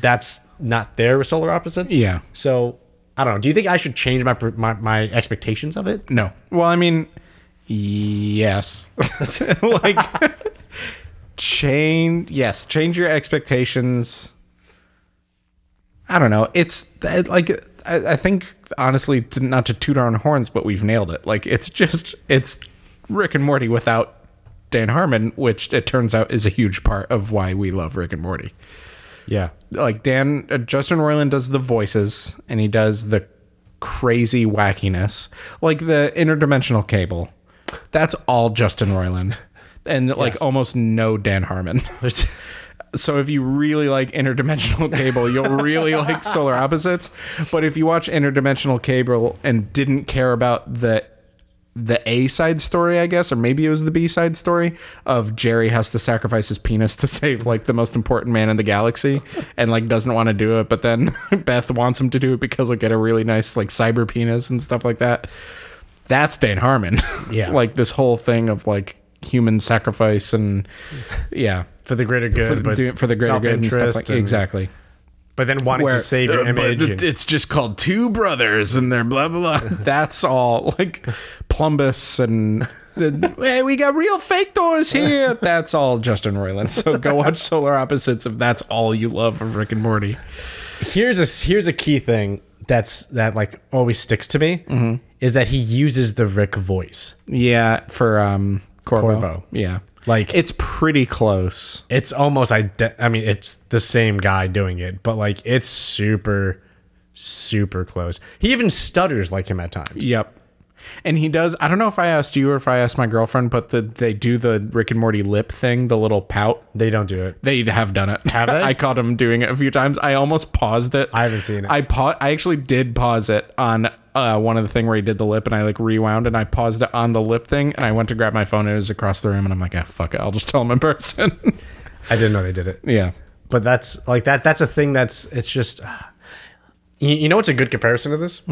Speaker 1: that's not there with solar opposites
Speaker 2: Yeah.
Speaker 1: so i don't know do you think i should change my my, my expectations of it
Speaker 2: No. Well, I mean, yes. like, change. Yes, change your expectations. I don't know. It's it- like I, I think honestly, to, not to toot our own horns, but we've nailed it. Like, it's just it's Rick and Morty without Dan Harmon, which it turns out is a huge part of why we love Rick and Morty.
Speaker 1: yeah
Speaker 2: like Dan uh, Justin Roiland does the voices and he does the crazy wackiness, like the interdimensional cable. That's all Justin Roiland, and like almost no Dan Harmon. so if you really like interdimensional cable, you'll really like Solar Opposites. But if you watch interdimensional cable and didn't care about the the A side story, I guess, or maybe it was the B side story of Jerry has to sacrifice his penis to save like the most important man in the galaxy and like doesn't want to do it, but then Beth wants him to do it because he'll get a really nice like cyber penis and stuff like that. That's Dan Harmon.
Speaker 1: Yeah.
Speaker 2: like this whole thing of like human sacrifice and yeah.
Speaker 1: for the greater good
Speaker 2: For,
Speaker 1: but
Speaker 2: doing- for the greater good and stuff
Speaker 1: self-interest
Speaker 2: like
Speaker 1: and-
Speaker 2: Exactly.
Speaker 1: but then wanting
Speaker 2: Where-
Speaker 1: to save your
Speaker 2: uh, but
Speaker 1: image
Speaker 2: it-
Speaker 1: and-
Speaker 2: it's just called two brothers and they're blah blah blah that's all like plumbus and the, hey we got real fake doors here that's all justin roiland so go watch solar opposites if that's all you love of rick and morty
Speaker 1: here's a here's a key thing that's that like always sticks to me
Speaker 2: Mm-hmm.
Speaker 1: is that he uses the rick voice
Speaker 2: yeah for um corvo,
Speaker 1: Corvo.
Speaker 2: yeah
Speaker 1: like
Speaker 2: it's pretty close
Speaker 1: it's almost ident- i mean it's the same guy doing it but like it's super super close he even stutters like him at times
Speaker 2: yep and he does i don't know if i asked you or if i asked my girlfriend but the, they do the rick and morty lip thing the little pout
Speaker 1: they don't do it
Speaker 2: They have done it.
Speaker 1: Have they?
Speaker 2: I caught him doing it a few times. I almost paused it.
Speaker 1: I haven't seen it.
Speaker 2: I pa- I actually did pause it on uh, one of the thing where he did the lip, and I like rewound and I paused it on the lip thing, and I went to grab my phone. And it was across the room, and I'm like, ah, fuck it. I'll just tell him in person.
Speaker 1: i didn't know they did it
Speaker 2: yeah.
Speaker 1: but that's like that that's a thing that's it's just uh, you, you know what's a good comparison to this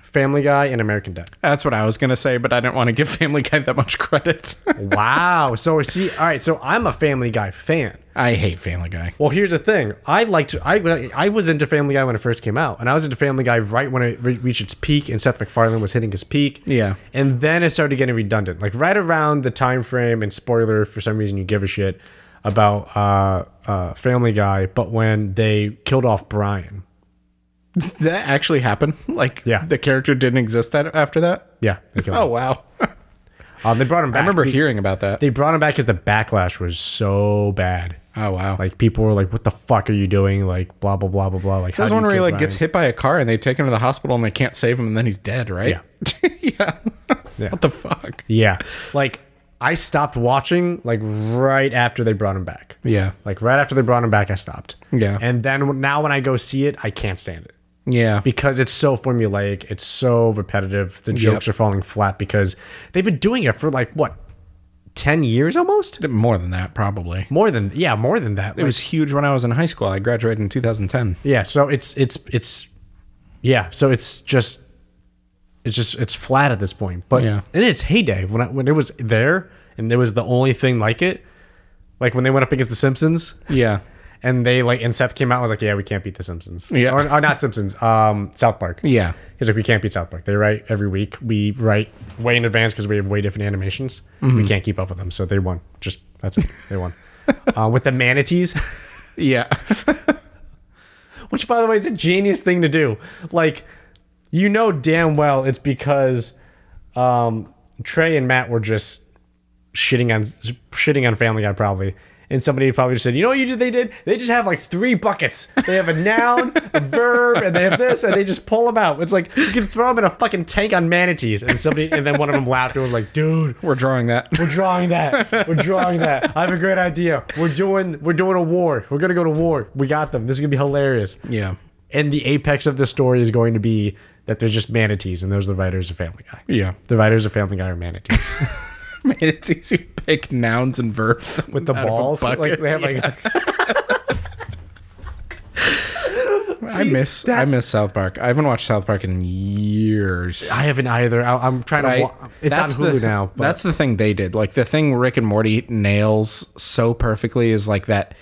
Speaker 1: family guy and american dad
Speaker 2: That's what I was gonna say, but I didn't want to give Family Guy that much credit.
Speaker 1: wow so see all right so i'm a family guy fan
Speaker 2: I hate Family Guy.
Speaker 1: Well, here's the thing. I liked. I I was into Family Guy when it first came out, and I was into Family Guy right when it re- reached its peak, and Seth MacFarlane was hitting his peak.
Speaker 2: Yeah.
Speaker 1: And then it started getting redundant, like right around the time frame. And spoiler, if for some reason you give a shit about uh, uh, Family Guy, but when they killed off Brian,
Speaker 2: Did that actually happen? Like,
Speaker 1: Yeah.
Speaker 2: the character didn't exist that, after that.
Speaker 1: yeah, they killed
Speaker 2: Oh
Speaker 1: him.
Speaker 2: wow.
Speaker 1: Um, they brought him back.
Speaker 2: Oh. I remember hearing about that.
Speaker 1: they brought him back because the backlash was so bad.
Speaker 2: oh wow.
Speaker 1: Like people were like, "What the fuck are you doing?" Like blah blah blah blah blah. Like how
Speaker 2: There's
Speaker 1: do
Speaker 2: one
Speaker 1: you
Speaker 2: where he
Speaker 1: kill
Speaker 2: like
Speaker 1: Brian?
Speaker 2: gets hit by a car and they take him to the hospital and they can't save him and then he's dead, right? Yeah. yeah. What the fuck?
Speaker 1: Yeah. Like I stopped watching like right after they brought him back.
Speaker 2: Yeah.
Speaker 1: Like right after they brought him back, I stopped.
Speaker 2: Yeah.
Speaker 1: And then w- now when I go see it, I can't stand it
Speaker 2: Yeah.
Speaker 1: because it's so formulaic. It's so repetitive. The jokes are falling flat because they've been doing it for like what, ten years almost?
Speaker 2: More than that, probably. It
Speaker 1: More than yeah, more than that. Like,
Speaker 2: was huge when I was in high school. I graduated in 2010.
Speaker 1: yeah. So it's it's it's yeah. So it's just it's just it's flat at this point. But
Speaker 2: Yeah.
Speaker 1: in its heyday, when I, when it was there and it was the only thing like it, like when they went up against the Simpsons.
Speaker 2: Yeah.
Speaker 1: and they like and Seth came out and was like, "Yeah, we can't beat the Simpsons."
Speaker 2: Yeah.
Speaker 1: or, or not Simpsons. Um, South Park.
Speaker 2: Yeah.
Speaker 1: He's like, we can't beat South Park. They write every week. We write way in advance because we have way different animations.
Speaker 2: Mm-hmm.
Speaker 1: We can't keep up with them, so they won. Just that's it. They won. uh, with the manatees,
Speaker 2: Yeah.
Speaker 1: which by the way is a genius thing to do. Like, you know damn well it's because um, Trey and Matt were just shitting on shitting on Family Guy probably. And somebody probably just said, "You know what you did? They did. They just have like three buckets. They have a noun, a verb, and they have this, and they just pull them out. It's like you can throw them in a fucking tank on manatees." And somebody, and then one of them laughed and was like, "Dude,
Speaker 2: We're drawing that.
Speaker 1: we're drawing that. We're drawing that. I have a great idea. We're doing. We're doing a war. We're gonna go to war. We got them. This is gonna be hilarious."
Speaker 2: Yeah.
Speaker 1: And the apex of the story is going to be that there's just manatees, and those are the writers of Family Guy.
Speaker 2: Yeah.
Speaker 1: The writers of Family Guy are manatees
Speaker 2: Man, it's easy to pick nouns and verbs
Speaker 1: with the
Speaker 2: out of a
Speaker 1: balls. Like
Speaker 2: bucket.
Speaker 1: they have like
Speaker 2: I miss I
Speaker 1: that's-
Speaker 2: miss South Park. I haven't watched South Park in years.
Speaker 1: I haven't either. I, I'm trying
Speaker 2: I-
Speaker 1: to. Wa- it's on
Speaker 2: that's
Speaker 1: Hulu
Speaker 2: the,
Speaker 1: now. But
Speaker 2: That's the thing they did. Like the thing Rick and Morty nails so perfectly is like that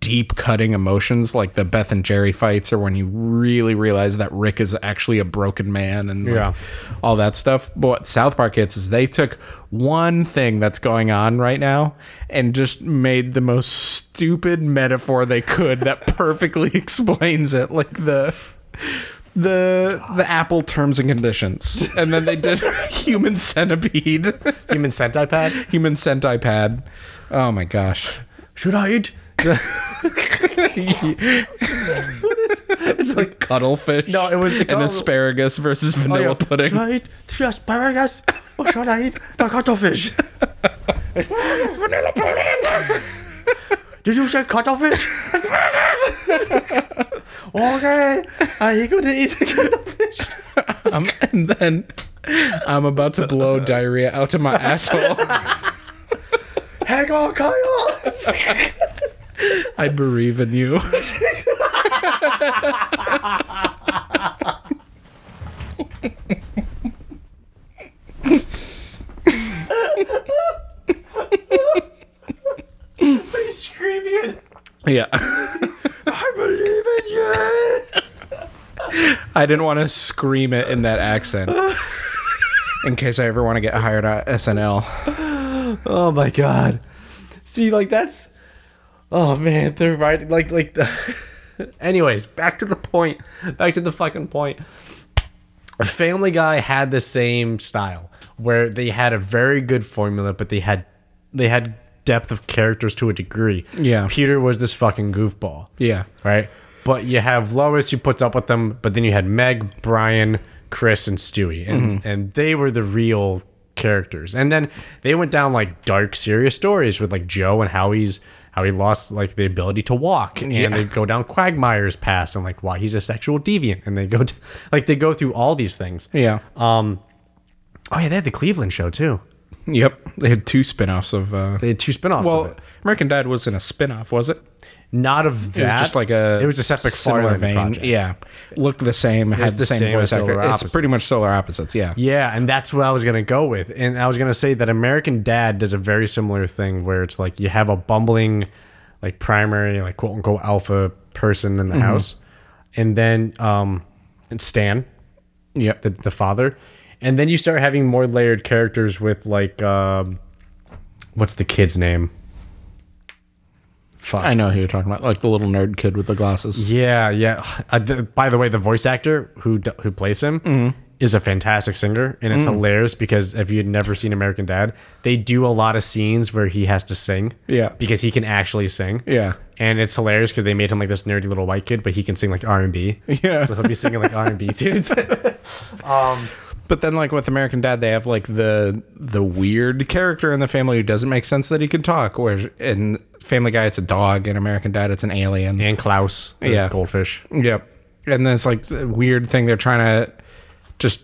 Speaker 2: deep cutting emotions, like the Beth and Jerry fights, or when you really realize that Rick is actually a broken man and like,
Speaker 1: Yeah.
Speaker 2: all that stuff. But what South Park hits is they took one thing that's going on right now and just made the most stupid metaphor they could that perfectly explains it. Like the the the Apple terms and conditions, and then they did human centipede,
Speaker 1: human centipede.
Speaker 2: human centipede. Oh my gosh!
Speaker 1: Should I eat?
Speaker 2: It's like cuttlefish.
Speaker 1: No, it was the
Speaker 2: and
Speaker 1: cuttle-
Speaker 2: asparagus versus vanilla
Speaker 1: Oh, Should
Speaker 2: pudding.
Speaker 1: I eat the asparagus or should I eat the cuttlefish? Did you say cuttlefish? okay, I gonna eat the cuttlefish.
Speaker 2: Um, and then I'm about to blow diarrhea out of my asshole.
Speaker 1: Hang on, Kyle.
Speaker 2: I believe in you.
Speaker 1: He's screaming.
Speaker 2: yeah,
Speaker 1: I believe in you.
Speaker 2: I didn't want to scream it in that accent. In case I ever want to get hired at SNL.
Speaker 1: Oh my god. See, like that's Oh man, they're right like like the Anyways, back to the point. Back to the fucking point. Family Guy had the same style where they had a very good formula, but they had they had depth of characters to a degree.
Speaker 2: Yeah.
Speaker 1: Peter was this fucking goofball.
Speaker 2: Yeah.
Speaker 1: Right? But you have Lois who puts up with them, but then you had Meg, Brian, Chris, and Stewie. And
Speaker 2: Mm-hmm.
Speaker 1: and they were the real characters. And then they went down like dark, serious stories with like Joe and how he's how he lost like the ability to walk.
Speaker 2: Yeah.
Speaker 1: And they go down Quagmire's past and like why he's a sexual deviant. And they go t- like they go through all these things.
Speaker 2: Yeah.
Speaker 1: Um, Oh yeah, they had the Cleveland show too.
Speaker 2: yep. They had two spin-offs of uh
Speaker 1: They had two spin-offs of
Speaker 2: Well,
Speaker 1: it.
Speaker 2: American Dad wasn't a spin-off, was it?
Speaker 1: Not of that.
Speaker 2: It was just like a
Speaker 1: It was a Seth MacFarlane project.
Speaker 2: Yeah. Looked the same, had the,
Speaker 1: the
Speaker 2: same,
Speaker 1: same
Speaker 2: voice
Speaker 1: as
Speaker 2: actor.
Speaker 1: Solar
Speaker 2: It's pretty much solar opposites, yeah.
Speaker 1: Yeah, and that's what I was gonna go with. And I was gonna say that American Dad does a very similar thing where it's like you have a bumbling, like primary, like quote unquote alpha person in the house, and then um, and Stan,
Speaker 2: Yep.
Speaker 1: the the father, and then you start having more layered characters with like, um, what's the kid's name? Fuck.
Speaker 2: I know who you're talking about, like the little nerd kid with the glasses.
Speaker 1: Yeah, yeah. Uh, the, by the way, the voice actor who d- who plays him
Speaker 2: Mm-hmm.
Speaker 1: is a fantastic singer, and
Speaker 2: Mm.
Speaker 1: it's hilarious because if you'd never seen American Dad, they do a lot of scenes where he has to sing.
Speaker 2: Yeah.
Speaker 1: because he can actually sing.
Speaker 2: Yeah.
Speaker 1: And it's hilarious because they made him like this nerdy little white kid, but he can sing like R and B.
Speaker 2: Yeah.
Speaker 1: so he'll be singing like R and B tunes.
Speaker 2: But then like with American Dad, they have like the the weird character in the family who doesn't make sense that he can talk, where in Family Guy it's a dog, in American Dad it's an alien.
Speaker 1: and Klaus, the
Speaker 2: Yeah.
Speaker 1: goldfish.
Speaker 2: Yep. And then it's like a weird thing they're trying to just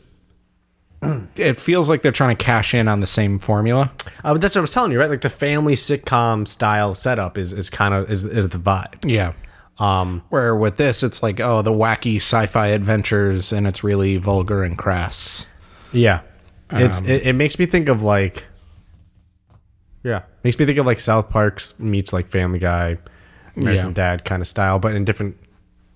Speaker 2: it feels like they're trying to cash in on the same formula.
Speaker 1: Uh, but that's what I was telling you, right? Like the family sitcom style setup is is kind of is, is the vibe.
Speaker 2: Yeah. Um where with this it's like oh the wacky sci-fi adventures and it's really vulgar and crass.
Speaker 1: Yeah, it's
Speaker 2: Um,
Speaker 1: it, it makes me think of like, yeah, makes me think of like South Park's meets like Family Guy, American
Speaker 2: Yeah.
Speaker 1: Dad kind of style, but in different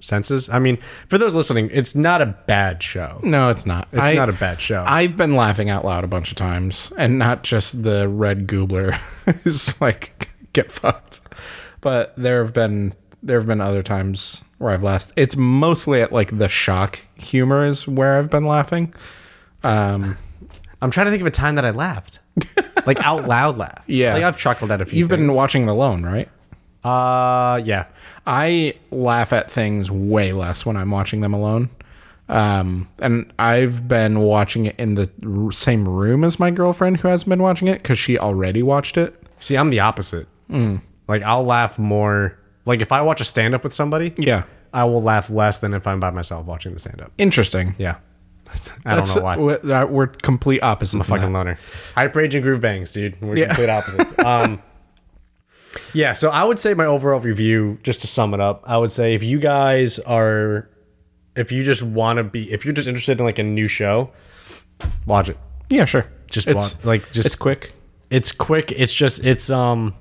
Speaker 1: senses. I mean, for those listening, it's not a bad show.
Speaker 2: No, it's not.
Speaker 1: It's not a bad show.
Speaker 2: I've been laughing out loud a bunch of times, and not just the red goobler who's like get fucked. But there have been there have been other times where I've laughed. It's mostly at like the shock humor is where I've been laughing. Um,
Speaker 1: I'm trying to think of a time that I laughed, like out loud laugh.
Speaker 2: Yeah.
Speaker 1: like I've chuckled at a few.
Speaker 2: you've been
Speaker 1: things.
Speaker 2: watching it alone, right?
Speaker 1: uh, yeah.
Speaker 2: I laugh at things way less when I'm watching them alone. Um, and I've been watching it in the r- same room as my girlfriend who hasn't been watching it because she already watched it.
Speaker 1: See, I'm the opposite.
Speaker 2: Mm.
Speaker 1: Like I'll laugh more. Like if I watch a stand up with somebody,
Speaker 2: Yeah.
Speaker 1: I will laugh less than if I'm by myself watching the stand up.
Speaker 2: Interesting.
Speaker 1: Yeah, I don't know why.
Speaker 2: We're, that- we're complete opposites. in
Speaker 1: fucking loner. Hype rage and groove bangs, dude. We're complete opposites. Um, yeah. So I would say my overall review, just to sum it up, I would say if you guys are, if you just want to be, if you're just interested in like a new show, watch it.
Speaker 2: that. Yeah, sure.
Speaker 1: Just
Speaker 2: It's-
Speaker 1: watch, like just
Speaker 2: it's quick.
Speaker 1: it's quick it's just it's um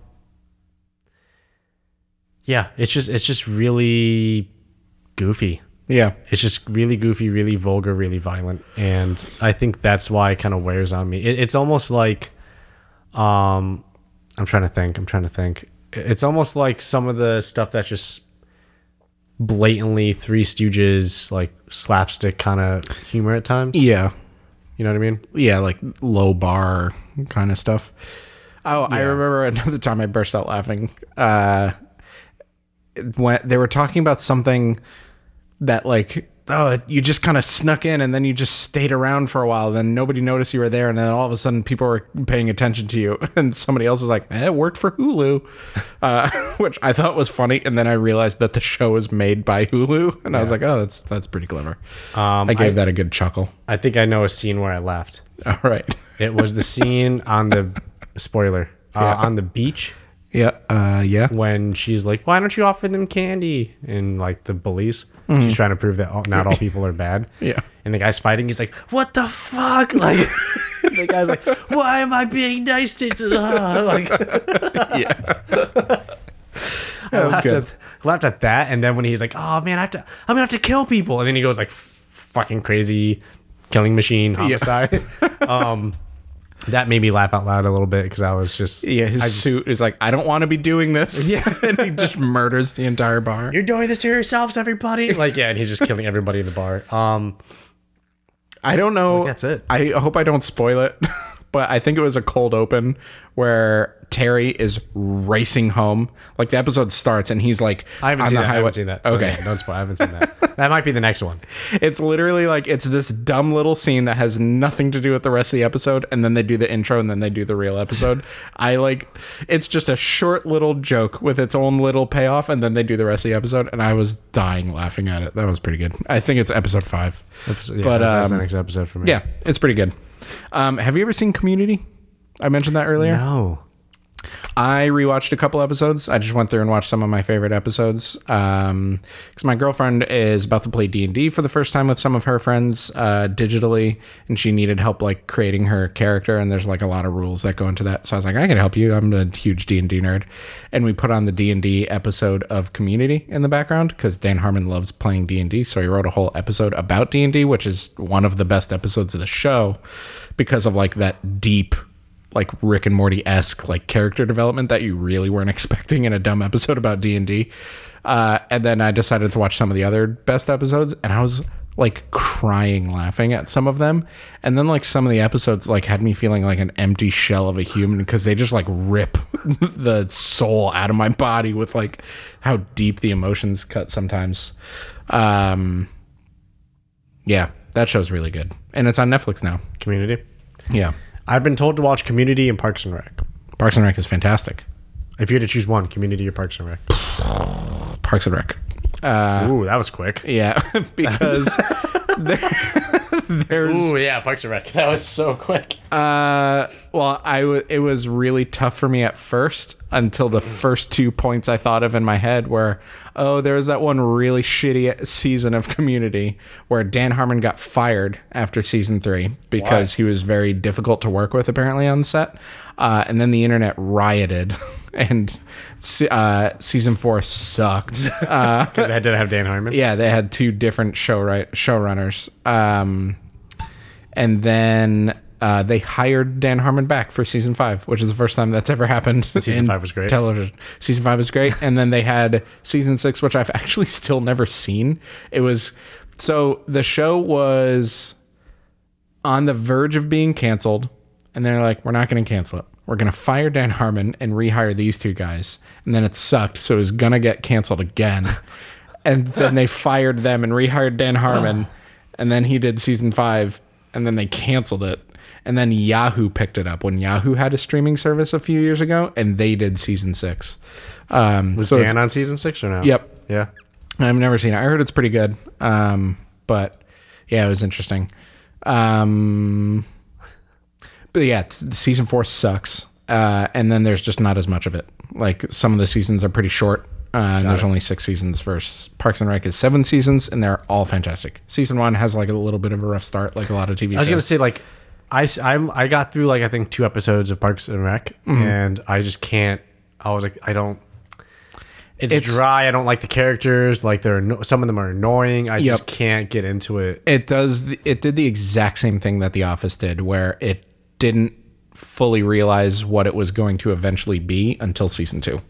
Speaker 1: yeah it's just it's just really goofy
Speaker 2: Yeah.
Speaker 1: it's just really goofy really vulgar really violent and i think that's why it kind of wears on me it, it's almost like um i'm trying to think i'm trying to think It- it's almost like some of the stuff that's just blatantly three stooges like slapstick kind of humor at times
Speaker 2: Yeah.
Speaker 1: you know what i mean
Speaker 2: Yeah, like low bar kind of stuff. Oh, I remember another time I burst out laughing. Uh when they were talking about something that like oh you just kind of snuck in and then you just stayed around for a while then nobody noticed you were there and then all of a sudden people were paying attention to you and somebody else was like eh, it worked for hulu uh, which i thought was funny and then i realized that the show was made by hulu and i was like oh that's that's pretty clever
Speaker 1: um
Speaker 2: i gave that a good chuckle
Speaker 1: i think i know a scene where i laughed
Speaker 2: all right
Speaker 1: It was the scene on the spoiler uh, on the beach
Speaker 2: yeah uh yeah
Speaker 1: when she's like, "Why don't you offer them candy?" And like the police, she's trying to prove that all, not all people are bad.
Speaker 2: Mm-hmm. Yeah.
Speaker 1: And the guy's fighting. He's like, "What the fuck?" Like the guy's like, "Why am I being nice to?" Uh, like
Speaker 2: That was
Speaker 1: laughed
Speaker 2: good.
Speaker 1: at, laughed at that, and then when he's like, "Oh man, I have to, I'm gonna have to kill people," and then he goes like, f- "Fucking crazy, killing machine homicide." um, that made me laugh out loud a little bit because I was just
Speaker 2: Yeah, his suit is like, I don't want to be doing this.
Speaker 1: Yeah.
Speaker 2: and he just murders the entire bar.
Speaker 1: you're doing this to yourselves, everybody. Like, yeah, and he's just killing everybody in the bar. Um,
Speaker 2: I don't know.
Speaker 1: that's it.
Speaker 2: I hope I don't spoil it, but I think it was a cold open where Terry is racing home. Like the episode starts and he's like,
Speaker 1: I haven't
Speaker 2: on
Speaker 1: seen
Speaker 2: the
Speaker 1: that. I
Speaker 2: highway-
Speaker 1: haven't seen that. So,
Speaker 2: okay.
Speaker 1: yeah, don't spoil. I haven't seen that. That might be the next one.
Speaker 2: It's literally like, it's this dumb little scene that has nothing to do with the rest of the episode. And then they do the intro and then they do the real episode. I like, it's just a short little joke with its own little payoff. And then they do the rest of the episode. And I was dying laughing at it. That was pretty good. I think it's episode five.
Speaker 1: Episode, yeah,
Speaker 2: But,
Speaker 1: that's, that's the
Speaker 2: um,
Speaker 1: next episode for me.
Speaker 2: Yeah, it's pretty good. Um, have you ever seen Community? I mentioned that earlier.
Speaker 1: No.
Speaker 2: I rewatched a couple episodes. I just went through and watched some of my favorite episodes because my girlfriend is about to play D and D for the first time with some of her friends uh, digitally, and she needed help like creating her character. And there's like a lot of rules that go into that. So I was like, I can help you. I'm a huge D and D nerd, and we put on the D and D episode of Community in the background because Dan Harmon loves playing D and D, so he wrote a whole episode about D and D, which is one of the best episodes of the show because of like that deep like Rick and Morty esque like character development that you really weren't expecting in a dumb episode about D and D. Uh, And then I decided to watch some of the other best episodes, and I was like crying laughing at some of them. And then like some of the episodes like had me feeling like an empty shell of a human because they just like rip the soul out of my body with like how deep the emotions cut sometimes. Um, yeah, that show's really good, and it's on Netflix now.
Speaker 1: Community.
Speaker 2: Yeah,
Speaker 1: I've been told to watch Community and Parks and Rec.
Speaker 2: Parks and Rec is fantastic.
Speaker 1: If you had to choose one, Community or Parks and Rec.
Speaker 2: Parks and Rec. Uh,
Speaker 1: Ooh, that was quick.
Speaker 2: Yeah, because there, there's
Speaker 1: Ooh, yeah, Parks and Rec. That was so quick.
Speaker 2: uh, well, I w- it was really tough for me at first until the first two points I thought of in my head were, oh, there was that one really shitty season of Community where Dan Harmon got fired after season three because he was very difficult to work with apparently on the set, uh, and then the internet rioted and se- uh, season four sucked. Uh,
Speaker 1: because I did have Dan Harmon.
Speaker 2: yeah, they had two different show right showrunners, um, and then uh, they hired Dan Harmon back for season five, which is the first time that's ever happened.
Speaker 1: season
Speaker 2: in
Speaker 1: five was great.
Speaker 2: Television season five was great, and then they had season six, which I've actually still never seen. It was so the show was on the verge of being canceled, and they're like, "We're not going to cancel it. We're going to fire Dan Harmon and rehire these two guys." And then it sucked, so it was going to get canceled again. and then they fired them and rehired Dan Harmon, and then he did season five, and then they canceled it. And then Yahoo picked it up when Yahoo had a streaming service a few years ago, and they did season six. Um,
Speaker 1: Was
Speaker 2: so it's-
Speaker 1: Dan on season six or no?
Speaker 2: Yep.
Speaker 1: Yeah.
Speaker 2: I've never seen it. I heard it's pretty good. Um, but yeah, it was interesting. Um, but yeah, it's, season four sucks. Uh, and then there's just not as much of it. Like some of the seasons are pretty short. Uh, and there's only six seasons versus Parks and Rec is seven seasons, and they're all fantastic. Season one has like a little bit of a rough start, like a lot of TV
Speaker 1: I was
Speaker 2: shows.
Speaker 1: gonna say like, I s- I'm- I got through like I think two episodes of Parks and Rec, and I just can't. I was like, I don't. It's,
Speaker 2: It's-
Speaker 1: dry. I don't like the characters. Like they're anno- some of them are annoying. I just
Speaker 2: Yep.
Speaker 1: can't get into it.
Speaker 2: it does th- it did the exact same thing that the office did where it didn't fully realize what it was going to eventually be until season two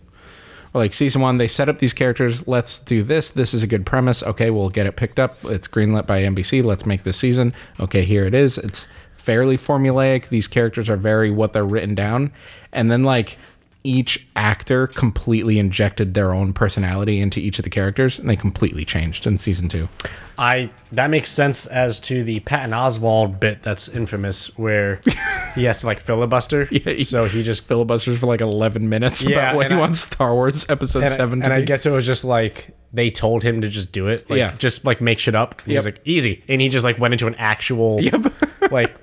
Speaker 2: like season one they set up these characters let's do this this is a good premise okay we'll get it picked up it's greenlit by nbc let's make this season okay here it is it's fairly formulaic these characters are very what they're written down and then like each actor completely injected their own personality into each of the characters and they completely changed in season two
Speaker 1: I that makes sense as to the Patton Oswald bit that's infamous where he has to like filibuster. so he just
Speaker 2: filibusters for like 11 minutes
Speaker 1: Yeah,
Speaker 2: about what
Speaker 1: and
Speaker 2: he
Speaker 1: I-
Speaker 2: wants Star Wars Episode
Speaker 1: and, I-
Speaker 2: 7 to
Speaker 1: and I
Speaker 2: be.
Speaker 1: guess it was just like they told him to just do it. Like,
Speaker 2: Yeah.
Speaker 1: Just like make shit up. And He was
Speaker 2: Yep.
Speaker 1: like, easy. And he just like went into an actual like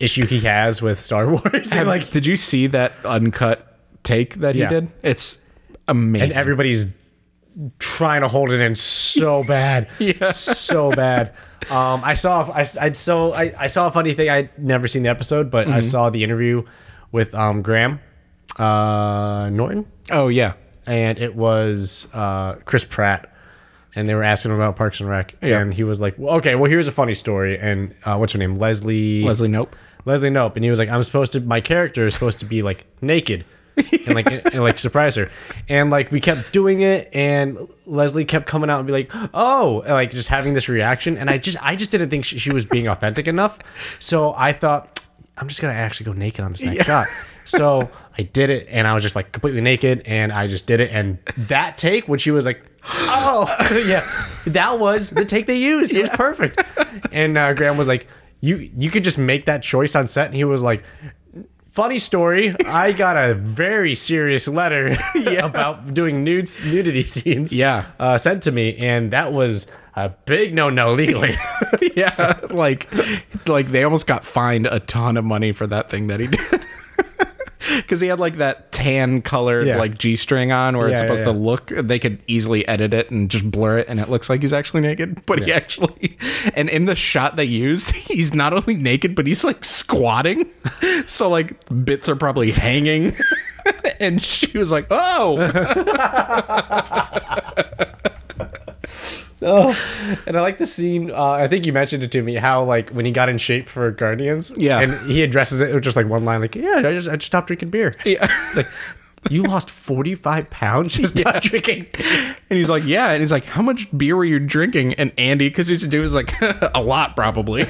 Speaker 1: issue he has with Star Wars. And like
Speaker 2: did you see that uncut take that he
Speaker 1: Yeah.
Speaker 2: did? It's amazing.
Speaker 1: and everybody's trying to hold it in so bad.
Speaker 2: Yeah.
Speaker 1: So bad. Um, I saw I, I so I, I saw a funny thing. I'd never seen the episode, but
Speaker 2: Mm-hmm.
Speaker 1: I saw the interview with um, Graham uh, Norton.
Speaker 2: oh yeah.
Speaker 1: and it was uh, Chris Pratt, and they were asking him about Parks and Rec,
Speaker 2: Yeah.
Speaker 1: and he was like, well, "Okay, well, here's a funny story." And uh, what's her name, Leslie?
Speaker 2: Leslie Nope.
Speaker 1: Leslie Nope, and he was like, "I'm supposed to. My character is supposed to be like naked." and like and, like surprise her and like we kept doing it and leslie kept coming out and be like oh and, like just having this reaction and i just i just didn't think she, she was being authentic enough so i thought i'm just gonna actually go naked on this next shot so i did it and i was just like completely naked and i just did it and that take when she was like oh yeah that was the take they used it was perfect and uh, graham was like you you could just make that choice on set and he was like funny story i got a very serious letter about doing nude nudity scenes
Speaker 2: Yeah.
Speaker 1: uh, sent to me and that was a big no-no legally
Speaker 2: yeah, like like they almost got fined a ton of money for that thing that he did. Cuz he had like that tan colored
Speaker 1: Yeah.
Speaker 2: like G-string on where
Speaker 1: Yeah,
Speaker 2: it's
Speaker 1: yeah,
Speaker 2: supposed to
Speaker 1: yeah.
Speaker 2: look they could easily edit it and just blur it and it looks like he's actually naked, but he actually and in the shot they used, he's not only naked but he's like squatting. so like bits are probably hanging. and she was like, "Oh."
Speaker 1: oh, and I like the scene. Uh, I think you mentioned it to me how like when he got in shape for Guardians.
Speaker 2: Yeah.
Speaker 1: and he addresses it with just like one line, like, "Yeah, I just I just stopped drinking beer."
Speaker 2: Yeah.
Speaker 1: it's like you lost forty five pounds just not drinking. beer."
Speaker 2: And he's like, yeah. And he's like, how much beer were you drinking? And Andy, because he's a dude, is like, a lot probably.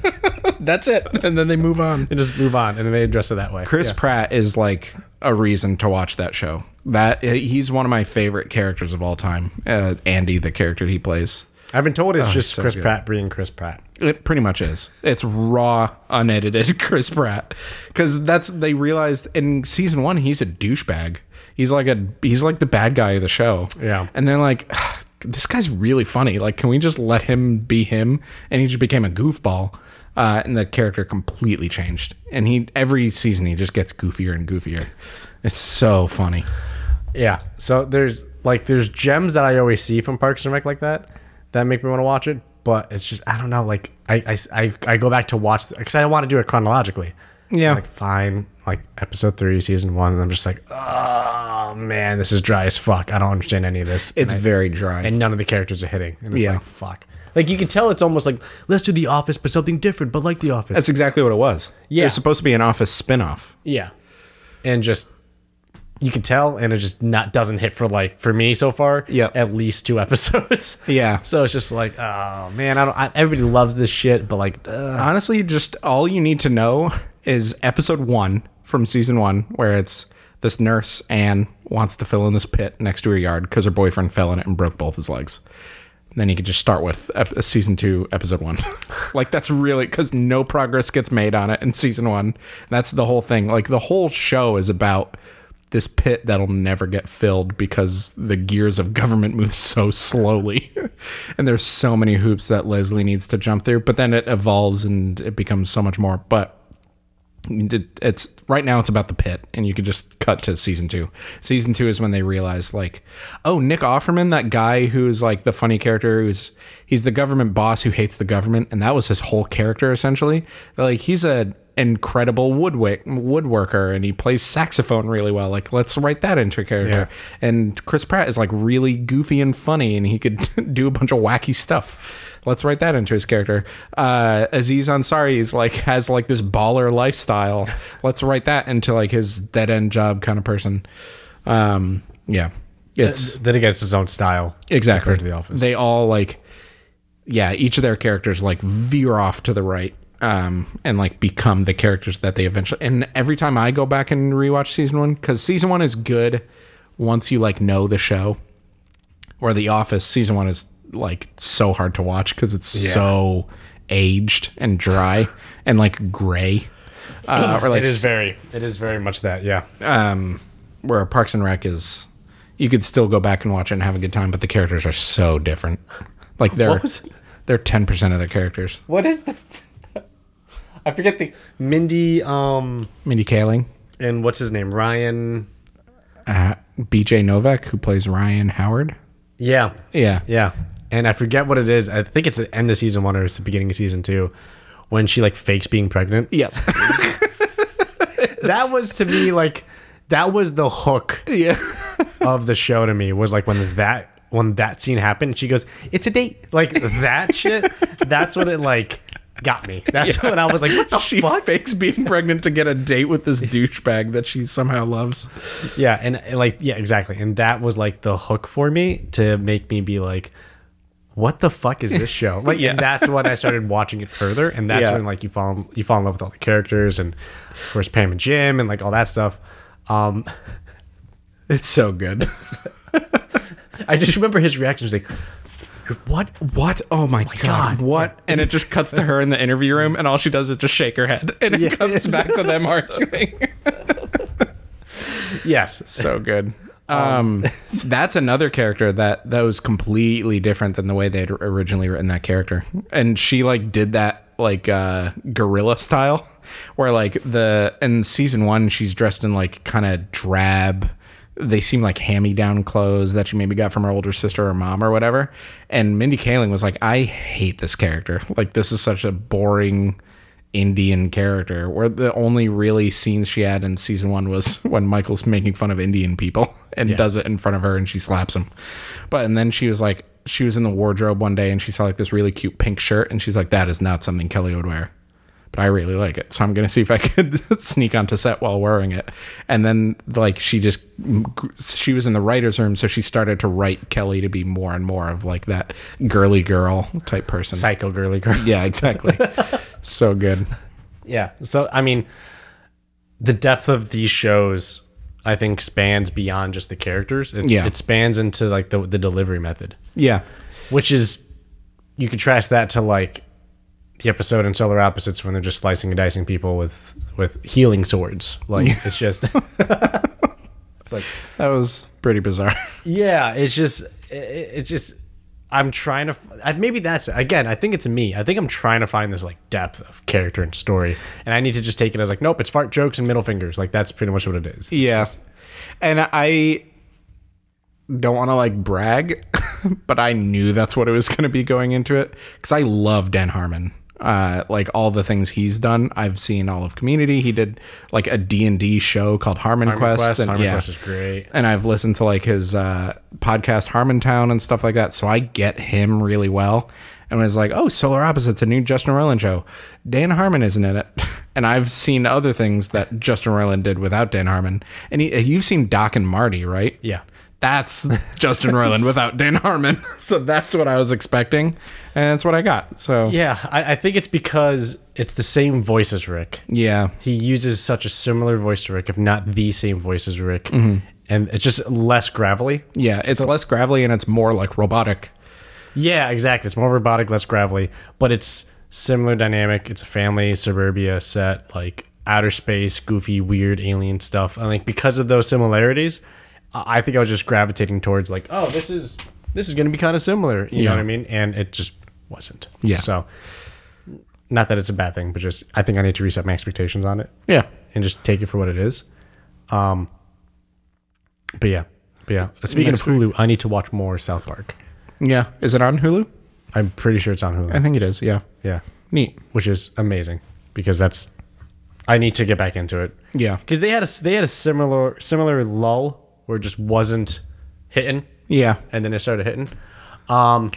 Speaker 2: That's it. And then they move on.
Speaker 1: And just move on, and they address it that way.
Speaker 2: Chris Pratt is like a reason to watch that show. That he's one of my favorite characters of all time. Uh, Andy, the character he plays,
Speaker 1: I've been told it's just
Speaker 2: Oh, so
Speaker 1: Chris
Speaker 2: good.
Speaker 1: Pratt being Chris Pratt.
Speaker 2: it pretty much is. It's raw, unedited Chris Pratt. Because that's they realized in season one he's a douchebag. He's like a he's like the bad guy of the show.
Speaker 1: Yeah.
Speaker 2: And then like this guy's really funny. Like, can we just let him be him? And he just became a goofball. Uh, and the character completely changed. And he every season he just gets goofier and goofier. It's so funny.
Speaker 1: Yeah. So there's like there's gems that I always see from Parks and Rec like that that make me want to watch it, but it's just I don't know. Like I I I, I go back to watch because I want to do it chronologically.
Speaker 2: Yeah.
Speaker 1: Like fine, like episode three, season one, and I'm just like, oh man, this is dry as fuck. I don't understand any of this.
Speaker 2: It's
Speaker 1: and, I-
Speaker 2: very dry.
Speaker 1: and none of the characters are hitting. And it's
Speaker 2: Yeah.
Speaker 1: like fuck. Like you can tell it's almost like let's do the office but something different, but like the office.
Speaker 2: That's exactly what it was.
Speaker 1: Yeah.
Speaker 2: It's supposed to be an office spin-off.
Speaker 1: Yeah. And just you can tell and it just not doesn't hit for like for me so far.
Speaker 2: Yep.
Speaker 1: At least two episodes.
Speaker 2: Yeah.
Speaker 1: So it's just like, oh man, I don't I, everybody loves this shit, but like uh,
Speaker 2: Honestly, just all you need to know is episode one from season one, where it's this nurse Anne wants to fill in this pit next to her yard because her boyfriend fell in it and broke both his legs. And then you could just start with ep- season two, episode one. like that's really because no progress gets made on it in season one. That's the whole thing. Like the whole show is about this pit that'll never get filled because the gears of government move so slowly. and there's so many hoops that Leslie needs to jump through, but then it evolves and it becomes so much more. But it- it's right now it's about the pit and you could just cut to season 2. Season 2 is when they realize like, oh, Nick Offerman, that guy who's like the funny character who's he's the government boss who hates the government and that was his whole character essentially. Like he's a incredible woodwick woodworker and he plays saxophone really well. Like let's write that into a character. And Chris Pratt is like really goofy and funny and he could do a bunch of wacky stuff. Let's write that into his character. Uh, Aziz Ansari is like has like this baller lifestyle. Let's write that into like his dead end job kind of person. Um, yeah, it's
Speaker 1: then it gets its own style.
Speaker 2: exactly
Speaker 1: to The Office.
Speaker 2: They all like, yeah, each of their characters like veer off to the right um, and like become the characters that they eventually. And every time I go back and rewatch season one, because season one is good once you like know the show. Or The Office season one is like so hard to watch because it's so aged and dry and like gray. Uh, or like
Speaker 1: It is very it is very much that, yeah.
Speaker 2: um, where Parks and Rec is, you could still go back and watch it and have a good time, but the characters are so different. Like they're
Speaker 1: What was-
Speaker 2: they're ten percent of the characters.
Speaker 1: What is that? I forget the Mindy um
Speaker 2: Mindy Kaling,
Speaker 1: and what's his name? Ryan
Speaker 2: uh, B.J. Novak, who plays Ryan Howard.
Speaker 1: Yeah.
Speaker 2: Yeah,
Speaker 1: Yeah. And I forget what it is. I think it's the end of season one or it's the beginning of season two when she like fakes being pregnant.
Speaker 2: yes,
Speaker 1: that was to me like that was the hook
Speaker 2: yeah.
Speaker 1: of the show to me was like when that when that scene happened she goes it's a date like that shit that's what it like got me that's when i was like what the
Speaker 2: she
Speaker 1: fuck
Speaker 2: fakes being pregnant to get a date with this douchebag that she somehow loves.
Speaker 1: yeah and and, like yeah exactly and that was like the hook for me to make me be like what the fuck is this show like
Speaker 2: Yeah.
Speaker 1: and that's when i started watching it further and that's
Speaker 2: Yeah.
Speaker 1: when like you fall in, you fall in love with all the characters and of course pam and jim and like all that stuff um
Speaker 2: It's so good.
Speaker 1: i just remember his reaction was like what
Speaker 2: What? Oh my, god.
Speaker 1: God.
Speaker 2: What? And it just cuts to her in the interview room, and all she does is just shake her head, and it
Speaker 1: Yeah,
Speaker 2: cuts
Speaker 1: yes.
Speaker 2: back to them arguing.
Speaker 1: yes
Speaker 2: so good. Um, that's another character that that was completely different than the way they'd originally written that character, and she like did that like uh gorilla style, where like the in season one she's dressed in like kind of drab. They seem like hand-me-down clothes that she maybe got from her older sister or mom or whatever. And Mindy Kaling was like, "I hate this character. Like this is such a boring." Indian character, where the only really scenes she had in season one was when Michael's making fun of Indian people and does it in front of her and she slaps him. But and then she was like, she was in the wardrobe one day and she saw like this really cute pink shirt and she's like, that is not something Kelly would wear. But I really like it, so I'm gonna see if I could sneak onto set while wearing it. And then like she just she was in the writers' room, so she started to write Kelly to be more and more of like that girly girl type person.
Speaker 1: psycho girly girl
Speaker 2: Yeah, exactly. so good.
Speaker 1: Yeah. So I mean, the depth of these shows, I think, spans beyond just the characters. It's,
Speaker 2: Yeah.
Speaker 1: It spans into like the the delivery method,
Speaker 2: Yeah.
Speaker 1: which is you contrast that to like the episode in Solar Opposites when they're just slicing and dicing people with with healing swords. Like it's just. it's like
Speaker 2: That was pretty bizarre.
Speaker 1: yeah, it's just it, it- it's just. I'm trying to. f- I- Maybe that's again. I think it's me. I think I'm trying to find this like depth of character and story, and I need to just take it as like, nope, it's fart jokes and middle fingers. Like that's pretty much what it is.
Speaker 2: yeah. And I don't want to like brag, but I knew that's what it was going to be going into it because I love Dan Harmon. uh, like all the things he's done. I've seen all of Community. He did like a D and D show called Harmon,
Speaker 1: Harmon
Speaker 2: Quest,
Speaker 1: Quest,
Speaker 2: and
Speaker 1: Harmon
Speaker 2: yeah.
Speaker 1: Quest is great.
Speaker 2: And I've listened to like his uh, podcast Harmontown and stuff like that, so I get him really well. And was like, oh, Solar Opposites, a new Justin Roiland show. Dan Harmon isn't in it, and I've seen other things that Justin Roiland did without Dan Harmon. And he, you've seen Doc and Marty, right?
Speaker 1: Yeah.
Speaker 2: That's Justin Roiland without Dan Harmon. So that's what I was expecting, and that's what I got. So
Speaker 1: Yeah, I, I think it's because it's the same voice as Rick.
Speaker 2: yeah,
Speaker 1: He uses such a similar voice to Rick, if not the same voice as Rick.
Speaker 2: Mm-hmm.
Speaker 1: And it's just less gravelly.
Speaker 2: Yeah, it's less gravelly and it's more like robotic.
Speaker 1: Yeah, exactly. It's more robotic, less gravelly, but it's similar dynamic. It's a family suburbia set, like outer space, goofy, weird alien stuff. And like because of those similarities, I I think I was just gravitating towards like, oh, this is this is going to be kind of similar. You
Speaker 2: Yeah.
Speaker 1: know what I mean? And it just wasn't.
Speaker 2: Yeah.
Speaker 1: So not that it's a bad thing, but just I think I need to reset my expectations on it
Speaker 2: Yeah.
Speaker 1: and just take it for what it is. Um, but yeah, but yeah. Speaking
Speaker 2: Next
Speaker 1: of Hulu, I need to watch more South Park.
Speaker 2: Yeah. Is it on Hulu?
Speaker 1: I'm pretty sure it's on Hulu.
Speaker 2: I think it is. Yeah.
Speaker 1: Yeah,
Speaker 2: Neat.
Speaker 1: which is amazing because that's I need to get back into it
Speaker 2: Yeah.
Speaker 1: because they had a they had a similar similar lull where it just wasn't hitting
Speaker 2: Yeah.
Speaker 1: and then it started hitting. Um,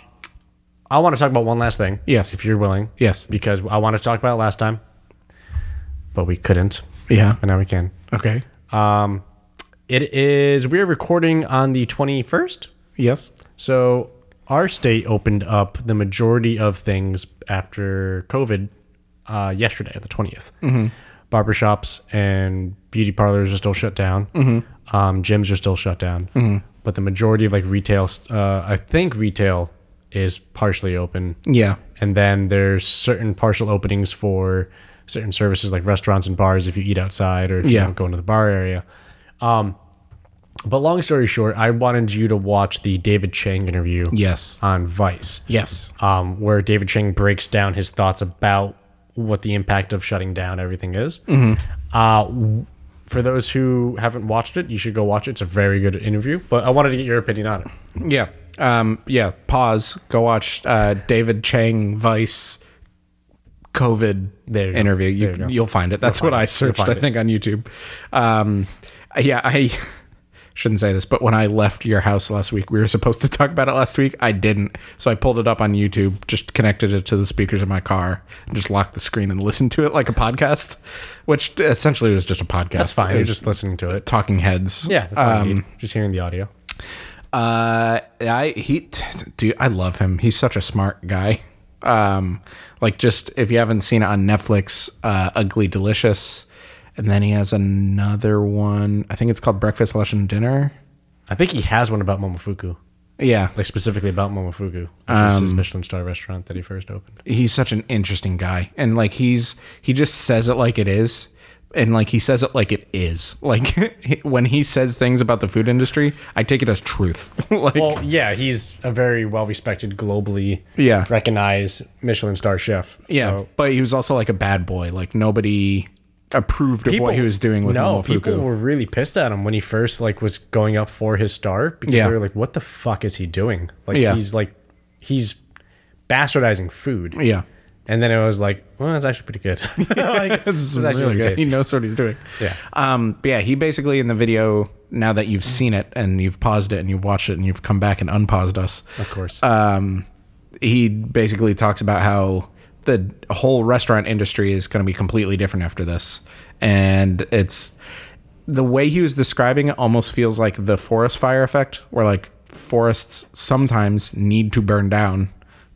Speaker 1: I want to talk about one last thing.
Speaker 2: Yes.
Speaker 1: if you're willing.
Speaker 2: Yes.
Speaker 1: because I wanted to talk about it last time, but we couldn't,
Speaker 2: Yeah.
Speaker 1: and now we can.
Speaker 2: Okay.
Speaker 1: It is we're recording on the 21st.
Speaker 2: Yes.
Speaker 1: So our state opened up the majority of things after COVID uh, yesterday, the 20th. Mm-hmm. Barbershops and beauty parlors are still shut down. Mm-hmm. Um, gyms are still shut down. Mm-hmm. But the majority of like retail, uh, I think retail is partially open.
Speaker 2: Yeah.
Speaker 1: And then there's certain partial openings for certain services like restaurants and bars if you eat outside or if you
Speaker 2: Yeah.
Speaker 1: don't go into the bar area. Um, but long story short, I wanted you to watch the David Chang interview
Speaker 2: Yes.
Speaker 1: on Vice,
Speaker 2: Yes.
Speaker 1: um, where David Chang breaks down his thoughts about what the impact of shutting down everything is. Uh, w- for those who haven't watched it, you should go watch it. It's a very good interview, but I wanted to get your opinion on it.
Speaker 2: Yeah. Um, yeah. Pause. Go watch uh, David Chang Vice COVID
Speaker 1: There you go.
Speaker 2: interview. You,
Speaker 1: There you go.
Speaker 2: will find it. That's what I searched,
Speaker 1: find
Speaker 2: I
Speaker 1: it.
Speaker 2: think, on YouTube. Um, yeah. I shouldn't say this, but when I left your house last week, we were supposed to talk about it last week. I didn't. So I pulled it up on YouTube, just connected it to the speakers in my car, and just locked the screen and listened to it like a podcast, which essentially was just a podcast.
Speaker 1: That's fine.
Speaker 2: It
Speaker 1: You're
Speaker 2: was
Speaker 1: just listening to it.
Speaker 2: talking heads.
Speaker 1: Yeah, that's all I need. Just hearing the audio.
Speaker 2: Uh, I he, t- t- dude, I love him. He's such a smart guy. Um, like just if you haven't seen it on Netflix, uh, Ugly Delicious, and then he has another one. I think it's called Breakfast, Lunch, and Dinner.
Speaker 1: I think he has one about Momofuku.
Speaker 2: Yeah,
Speaker 1: like specifically about Momofuku, which is
Speaker 2: Um,
Speaker 1: his Michelin star restaurant that he first opened.
Speaker 2: he's such an interesting guy, and like he's he just says it like it is. And like he says it like it is. Like when he says things about the food industry, I take it as truth. like
Speaker 1: Well, yeah, he's a very well respected, globally
Speaker 2: Yeah.
Speaker 1: recognized Michelin star chef.
Speaker 2: Yeah,
Speaker 1: So
Speaker 2: but he was also like a bad boy. Like nobody approved of what he was doing with
Speaker 1: no,
Speaker 2: no,
Speaker 1: people were really pissed at him when he first like was going up for his star because
Speaker 2: Yeah.
Speaker 1: they were like, "What the fuck is he doing? Like
Speaker 2: Yeah.
Speaker 1: he's like he's bastardizing food."
Speaker 2: Yeah,
Speaker 1: And then it was like, "Well, it's actually pretty good." like, it's actually
Speaker 2: Really
Speaker 1: really
Speaker 2: good.
Speaker 1: tasty.
Speaker 2: He knows what he's doing.
Speaker 1: Yeah.
Speaker 2: Um. But yeah, he basically in the video now that you've seen it and you've paused it and you've watched it and you've come back and unpaused us.
Speaker 1: Of course.
Speaker 2: um, he basically talks about how the whole restaurant industry is going to be completely different after this, and it's the way he was describing it almost feels like the forest fire effect, where like forests sometimes need to burn down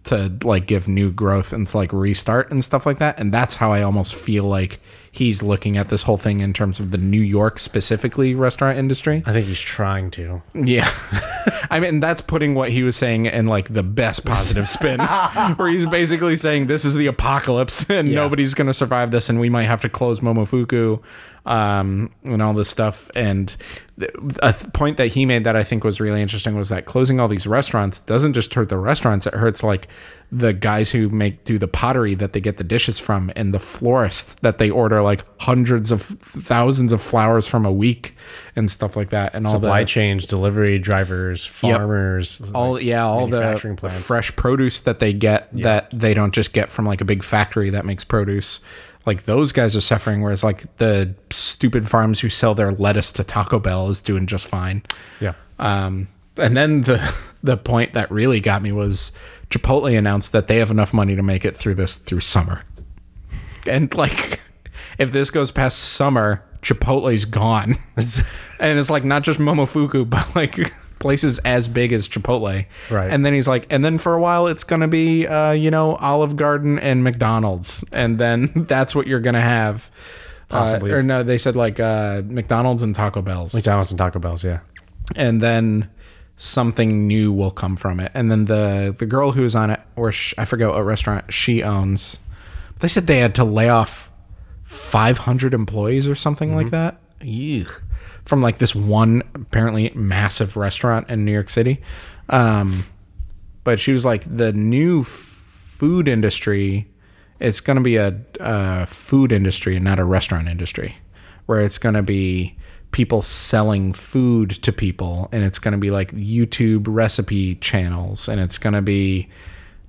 Speaker 2: to like give new growth and to like restart and stuff like that. And that's how I almost feel like he's looking at this whole thing in terms of the New York specifically restaurant industry.
Speaker 1: I think he's trying to.
Speaker 2: Yeah. I mean, that's putting what he was saying in like the best positive spin, where he's basically saying this is the apocalypse and nobody's going to survive this and we might have to close Momofuku. um, and all this stuff. And th- a th- point that he made that I think was really interesting was that closing all these restaurants doesn't just hurt the restaurants; it hurts like the guys who make do the pottery that they get the dishes from, and the florists that they order like hundreds of thousands of flowers from a week and stuff like that, and all
Speaker 1: Supply
Speaker 2: the
Speaker 1: chains, delivery drivers, farmers.
Speaker 2: all yeah all the,
Speaker 1: manufacturing
Speaker 2: the
Speaker 1: plants.
Speaker 2: fresh produce that they get that they don't just get from like a big factory that makes produce like those guys are suffering whereas like the stupid farms who sell their lettuce to taco bell is doing just fine
Speaker 1: yeah.
Speaker 2: um, and then the the point that really got me was Chipotle announced that they have enough money to make it through this through summer. And like, if this goes past summer, Chipotle's gone. and it's like not just Momofuku, but like places as big as Chipotle.
Speaker 1: Right.
Speaker 2: And then he's like, and then for a while it's gonna be, uh, you know, Olive Garden and McDonald's, and then that's what you're gonna have. Uh,
Speaker 1: Possibly.
Speaker 2: or no, they said like uh, McDonald's and Taco Bell's
Speaker 1: McDonald's and Taco Bell's. Yeah.
Speaker 2: and then something new will come from it. And then the the girl who was on it, or sh- I forget what restaurant she owns, they said they had to lay off 500 employees or something like that. Ugh. From like this one apparently massive restaurant in New York City. Um, but she was like the new f- food industry it's going to be a, uh food industry and not a restaurant industry where it's going to be people selling food to people and it's going to be like youtube recipe channels and it's going to be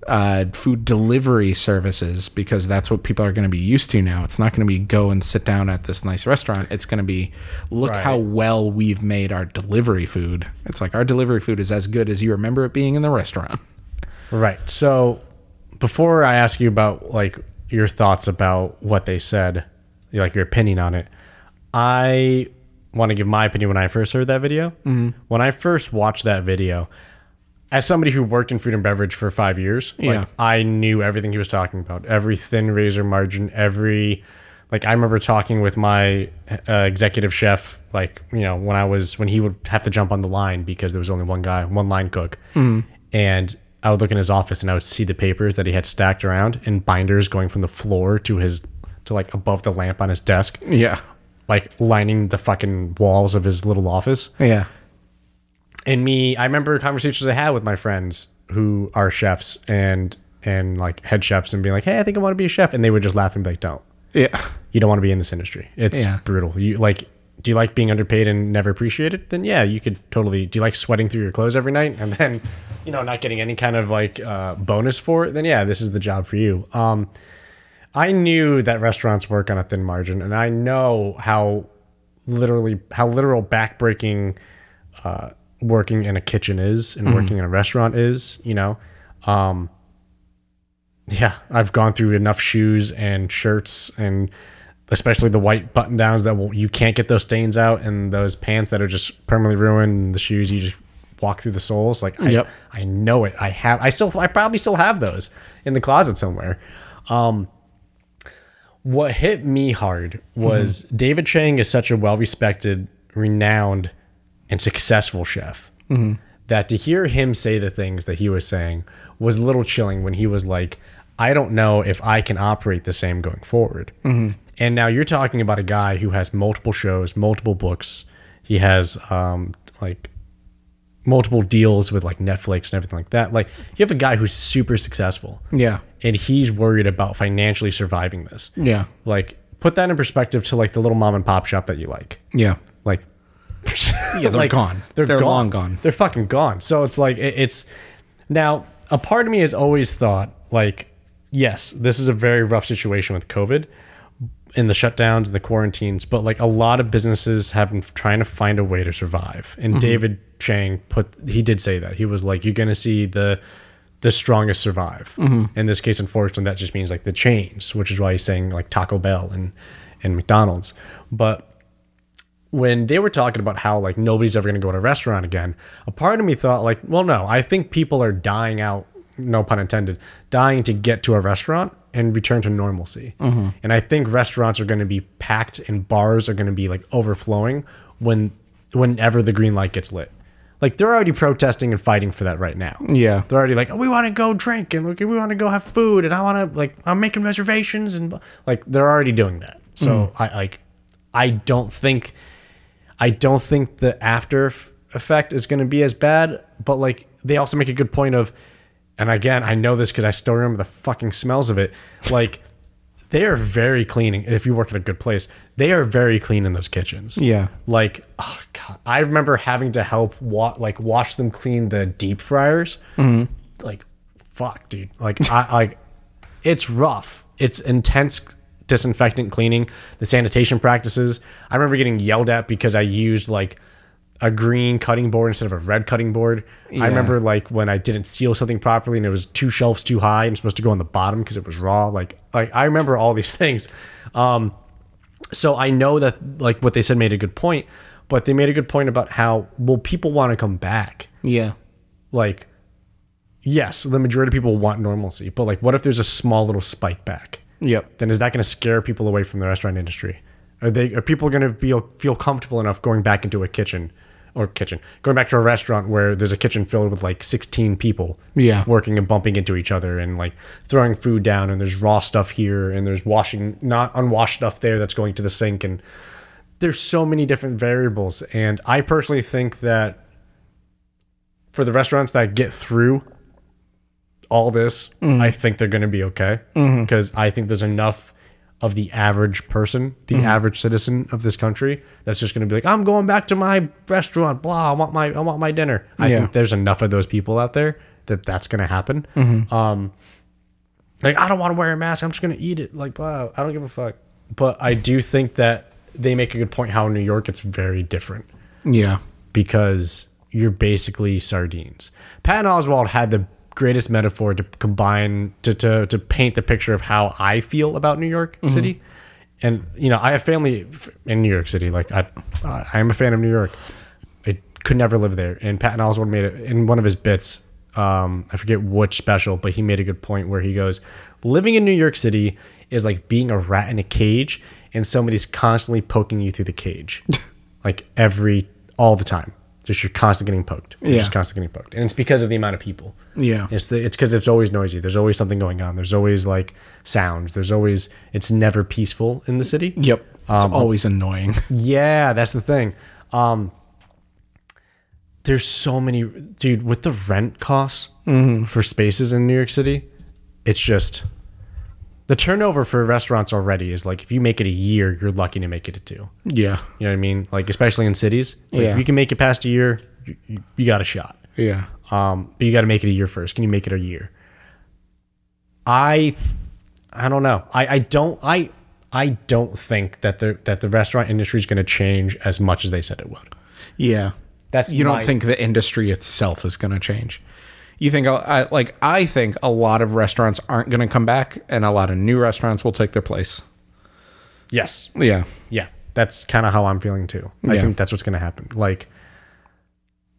Speaker 2: uh, food delivery services because that's what people are going to be used to now it's not going to be go and sit down at this nice restaurant it's going to be look
Speaker 1: Right.
Speaker 2: how well we've made our delivery food it's like our delivery food is as good as you remember it being in the restaurant
Speaker 1: Right. So before I ask you about like your thoughts about what they said, like your opinion on it, I want to give my opinion when I first heard that video. When I first watched that video, as somebody who worked in food and beverage for five years,
Speaker 2: Yeah.
Speaker 1: like I knew everything he was talking about. Every thin razor margin, every like I remember talking with my uh, executive chef, like you know when I was when he would have to jump on the line because there was only one guy, one line cook, and I would look in his office and I would see the papers that he had stacked around and binders going from the floor to his to like above the lamp on his desk,
Speaker 2: yeah
Speaker 1: like lining the fucking walls of his little office
Speaker 2: Yeah.
Speaker 1: and me i remember conversations i had with my friends who are chefs and and like head chefs and being like hey i think i want to be a chef and they would just laugh and be like don't
Speaker 2: Yeah.
Speaker 1: you don't want to be in this industry it's
Speaker 2: Yeah.
Speaker 1: brutal you like do you like being underpaid and never appreciated then yeah you could totally do you like sweating through your clothes every night and then you know not getting any kind of like uh, bonus for it then yeah this is the job for you um i knew that restaurants work on a thin margin and i know how literally how literal backbreaking uh, working in a kitchen is and working in a restaurant is, you know. Um, yeah, I've gone through enough shoes and shirts and especially the white button downs that will, you can't get those stains out and those pants that are just permanently ruined and the shoes you just walk through the soles. Like I,
Speaker 2: Yep.
Speaker 1: I know it. I have, I still, I probably still have those in the closet somewhere. Um, what hit me hard was David Chang is such a well respected, renowned, and successful chef that to hear him say the things that he was saying was a little chilling when he was like, I don't know if I can operate the same going forward. And now you're talking about a guy who has multiple shows, multiple books. He has um, like multiple deals with like Netflix and everything like that. Like you have a guy who's super successful
Speaker 2: Yeah.
Speaker 1: and he's worried about financially surviving this.
Speaker 2: Yeah.
Speaker 1: Like, put that in perspective to like the little mom and pop shop that you like.
Speaker 2: Yeah.
Speaker 1: Like,
Speaker 2: Yeah. They're
Speaker 1: like,
Speaker 2: gone. They're,
Speaker 1: gone.
Speaker 2: long gone.
Speaker 1: They're fucking gone. So it's like it, it's now a part of me has always thought like, yes, this is a very rough situation with COVID and the shutdowns and the quarantines, but like a lot of businesses have been trying to find a way to survive.
Speaker 2: Mm-hmm.
Speaker 1: And David Chang put he did say that he was like, you're gonna see the the strongest survive.
Speaker 2: Mm-hmm.
Speaker 1: In this case, unfortunately, that just means like the chains, which is why he's saying like Taco Bell and and McDonald's, but when they were talking about how like nobody's ever going to go to a restaurant again, a part of me thought like, well, no, I think people are dying out, no pun intended, dying to get to a restaurant and return to normalcy. And I think restaurants are going to be packed and bars are going to be like overflowing when whenever the green light gets lit. Like they're already protesting and fighting for that right now.
Speaker 2: Yeah.
Speaker 1: They're already like, we want to go drink and look, we want to go have food and I want to like, I'm making reservations and like, they're already doing that. So I like, I don't think I don't think the after f- effect is going to be as bad, but like they also make a good point of, and again, I know this because I still remember the fucking smells of it. Like they are very cleaning. If you work at a good place, they are very clean in those kitchens.
Speaker 2: Yeah.
Speaker 1: Like, oh God, I remember having to help wa- like watch them clean the deep fryers. Like, fuck, dude. Like, I like, it's rough. It's intense disinfectant cleaning. The sanitation practices. I remember getting yelled at because I used like a green cutting board instead of a red cutting board. I remember like when I didn't seal something properly and it was two shelves too high and supposed to go on the bottom because it was raw. Like, like I remember all these things. Um, so I know that like what they said made a good point, but they made a good point about how will people want to come back?
Speaker 2: Yeah.
Speaker 1: Like, yes, the majority of people want normalcy, but like, what if there's a small little spike back?
Speaker 2: Yep.
Speaker 1: Then is that going to scare people away from the restaurant industry? Are they are people going to be feel comfortable enough going back into a kitchen or kitchen going back to a restaurant where there's a kitchen filled with like 16 people
Speaker 2: Yeah.
Speaker 1: working and bumping into each other and like throwing food down and there's raw stuff here and there's washing not unwashed stuff there that's going to the sink and there's so many different variables and I personally think that for the restaurants that get through all this, I think they're going to be okay because I think there's enough of the average person, the average citizen of this country that's just going to be like, I'm going back to my restaurant, blah, I want my I want my dinner. I
Speaker 2: Yeah.
Speaker 1: think there's enough of those people out there that that's going to happen. Um like I don't want to wear a mask, I'm just going to eat it like blah, I don't give a fuck. But I do think that they make a good point how in New York it's very different
Speaker 2: Yeah.
Speaker 1: because you're basically sardines. Patton Oswald had the greatest metaphor to combine to to, to paint the picture of how I feel about New York City. And you know, I have family f- in New York City. Like I, I am a fan of New York. I could never live there. And Patton Oswald made it in one of his bits. Um, I forget which special, but he made a good point where he goes, "Living in New York City is like being a rat in a cage, and somebody's constantly poking you through the cage, like every all the time. Just you're constantly getting poked. You're
Speaker 2: Yeah.
Speaker 1: just constantly getting poked, and it's because of the amount of people.
Speaker 2: Yeah.
Speaker 1: It's the, it's because it's always noisy. There's always something going on. There's always like sounds. There's always it's never peaceful in the city.
Speaker 2: Yep. Um, It's always annoying.
Speaker 1: Yeah, that's the thing. Um, there's so many, dude. With the rent costs
Speaker 2: Mm-hmm.
Speaker 1: for spaces in New York City, it's just the turnover for restaurants already is like if you make it a year, you're lucky to make it a two.
Speaker 2: yeah.
Speaker 1: You know what I mean? Like especially in cities, it's like,
Speaker 2: Yeah.
Speaker 1: if you can make it past a year, you, you, you got a shot.
Speaker 2: Yeah.
Speaker 1: Um, but you got to make it a year first. Can you make it a year? I, I don't know. I, I don't I I don't think that the that the restaurant industry is going to change as much as they said it would.
Speaker 2: Yeah.
Speaker 1: That's
Speaker 2: you don't
Speaker 1: my-
Speaker 2: think the industry itself is going to change. You think I, like I think a lot of restaurants aren't going to come back, and a lot of new restaurants will take their place.
Speaker 1: Yes.
Speaker 2: Yeah.
Speaker 1: Yeah. That's kind of how I'm feeling too. I
Speaker 2: Yeah.
Speaker 1: think that's what's going to happen. Like.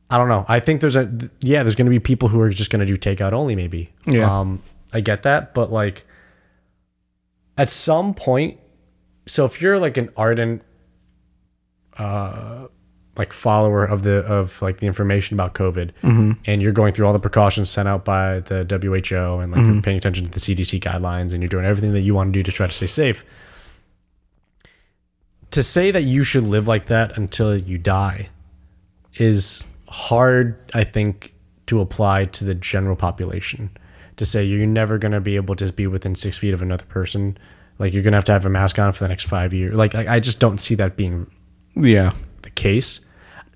Speaker 1: I don't know. I think there's a yeah. There's going to be people who are just going to do takeout only. Maybe.
Speaker 2: Yeah.
Speaker 1: Um, I get that, but like, at some point, so if you're like an ardent uh, like follower of the of like the information about COVID,
Speaker 2: Mm-hmm.
Speaker 1: and you're going through all the precautions sent out by the WHO, and like
Speaker 2: Mm-hmm.
Speaker 1: you're paying attention to the CDC guidelines, and you're doing everything that you want to do to try to stay safe. To say that you should live like that until you die is hard, I think, to apply to the general population. To say you're never going to be able to be within six feet of another person, like you're going to have to have a mask on for the next five years. Like I, I just don't see that being
Speaker 2: Yeah.
Speaker 1: the case.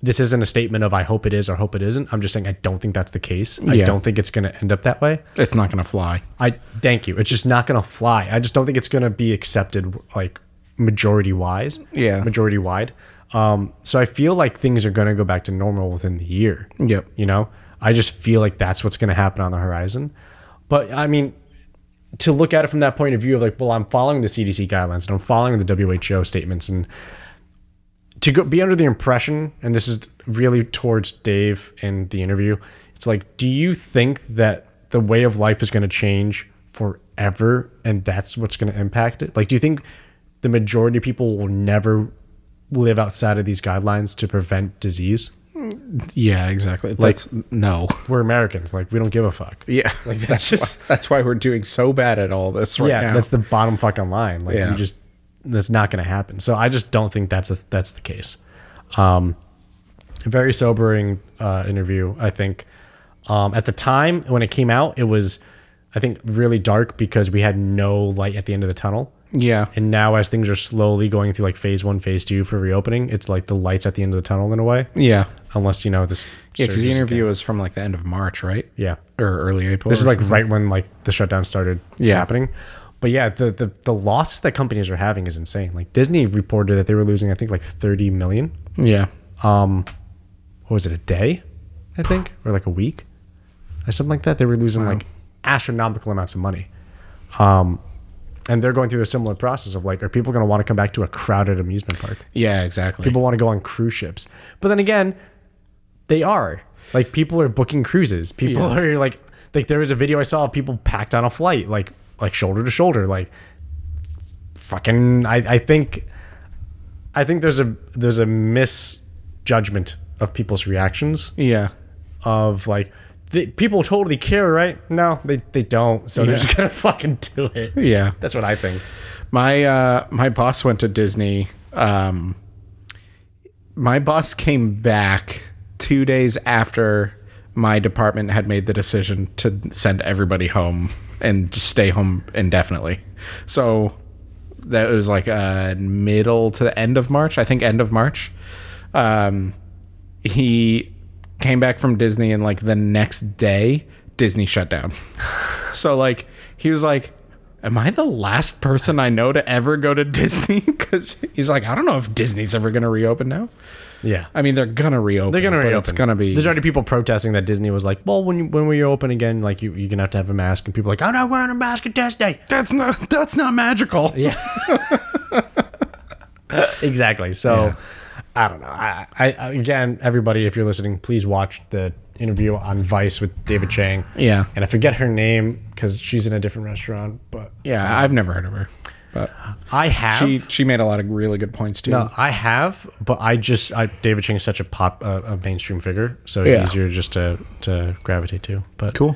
Speaker 1: This isn't a statement of I hope it is or hope it isn't. I'm just saying I don't think that's the case. I
Speaker 2: Yeah.
Speaker 1: don't think it's going to end up that way.
Speaker 2: It's not going to fly.
Speaker 1: I thank you. It's just not going to fly. I just don't think it's going to be accepted like majority wise.
Speaker 2: Yeah.
Speaker 1: Majority wide. Um, so I feel like things are going to go back to normal within the year.
Speaker 2: Yep.
Speaker 1: You know, I just feel like that's what's going to happen on the horizon. But I mean, to look at it from that point of view of like, well, I'm following the CDC guidelines and I'm following the WHO statements and to go, be under the impression, and this is really towards Dave in the interview, it's like, do you think that the way of life is going to change forever and that's what's going to impact it? Like, do you think the majority of people will never live outside of these guidelines to prevent disease?
Speaker 2: Yeah. Exactly. That's no.
Speaker 1: We're Americans. Like, we don't give a fuck.
Speaker 2: Yeah.
Speaker 1: Like, that's
Speaker 2: that's
Speaker 1: just-
Speaker 2: why, that's why we're doing so bad at all this right
Speaker 1: yeah,
Speaker 2: now.
Speaker 1: that's the bottom fucking line. Like
Speaker 2: Yeah.
Speaker 1: you just that's not going to happen. So I just don't think that's a, that's the case. Um, very sobering uh, interview, I think. Um, at the time when it came out, it was, I think, really dark because we had no light at the end of the tunnel.
Speaker 2: Yeah.
Speaker 1: And now, as things are slowly going through like phase one, phase two for reopening, it's like the lights at the end of the tunnel in a way.
Speaker 2: Yeah.
Speaker 1: Unless you know this.
Speaker 2: Yeah, because
Speaker 1: surge
Speaker 2: the
Speaker 1: is-
Speaker 2: interview was from like the end of March, right?
Speaker 1: Yeah.
Speaker 2: Or early April.
Speaker 1: This is like right when like the shutdown started
Speaker 2: Yeah.
Speaker 1: happening. But yeah, the, the the losses that companies are having is insane. Like Disney reported that they were losing, I think, like thirty million.
Speaker 2: yeah.
Speaker 1: What was it, a day? I think, or like a week, or something like that. They were losing like astronomical amounts of money. Um, and they're going through a similar process of like, are people going to want to come back to a crowded amusement park?
Speaker 2: Yeah, exactly.
Speaker 1: People want to go on cruise ships. But then again, they are. Like people are booking cruises. People
Speaker 2: Yeah.
Speaker 1: are like like there was a video I saw of people packed on a flight, like like shoulder to shoulder. Like fucking I, I think I think there's a there's a misjudgment of people's reactions
Speaker 2: yeah.
Speaker 1: of like the, people totally care, right? No, they, they don't. So they're
Speaker 2: Yeah.
Speaker 1: just gonna fucking do it.
Speaker 2: Yeah.
Speaker 1: That's what I think.
Speaker 2: My uh my boss went to Disney. Um my boss came back 2 days after my department had made the decision to send everybody home and just stay home indefinitely. So that was like uh middle to the end of March, I think end of March. Um he came back from Disney and like the next day Disney shut down. so like he was like am I the last person I know to ever go to Disney cuz he's like I don't know if Disney's ever going to reopen now.
Speaker 1: Yeah.
Speaker 2: I mean they're going to reopen.
Speaker 1: They're gonna
Speaker 2: but
Speaker 1: reopen.
Speaker 2: It's going to be
Speaker 1: There's already people protesting that Disney was like, well, when you, when we open again, like you you're gonna have to have a mask, and people are like, "Oh, I'm not wearing a mask at Disney.
Speaker 2: That's not that's not magical.
Speaker 1: Yeah. exactly. So, I don't know. I, I again, everybody, if you're listening, please watch the interview on Vice with David Chang.
Speaker 2: Yeah.
Speaker 1: And I forget her name because she's in a different restaurant, but
Speaker 2: Yeah, I've never heard of her. But
Speaker 1: I have.
Speaker 2: she she made a lot of really good points too.
Speaker 1: No, I have, but I just I, David Chang is such a pop uh, a mainstream figure, so it's
Speaker 2: Yeah.
Speaker 1: easier just to to gravitate to. But
Speaker 2: Cool.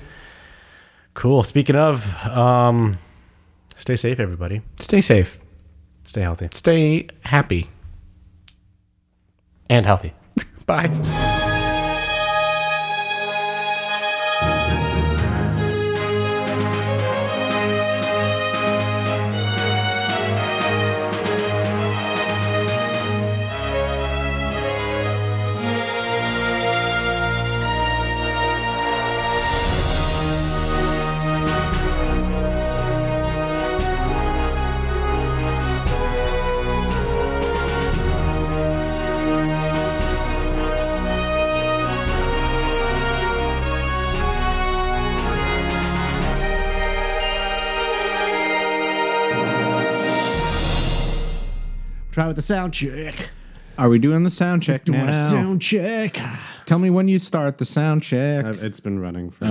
Speaker 1: cool. Speaking of, um, stay safe, everybody.
Speaker 2: Stay safe.
Speaker 1: Stay healthy
Speaker 2: Stay happy.
Speaker 1: and healthy.
Speaker 2: Bye.
Speaker 1: Try with the sound check.
Speaker 2: Are we doing the sound check now?
Speaker 1: check.
Speaker 2: Tell me when you start the sound check.
Speaker 3: I've- It's been running for.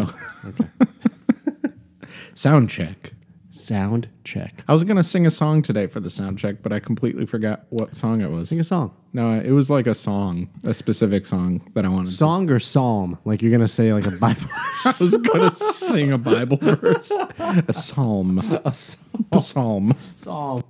Speaker 2: sound check.
Speaker 1: Sound check.
Speaker 2: I was gonna sing a song today for the sound check, but I completely forgot what song it was.
Speaker 1: Sing a song.
Speaker 2: No, it was like a song, a specific song that I wanted. to
Speaker 3: Song or psalm? Like you're gonna say like a Bible.
Speaker 2: I was gonna sing a Bible verse, a psalm, a psalm.
Speaker 3: psalm.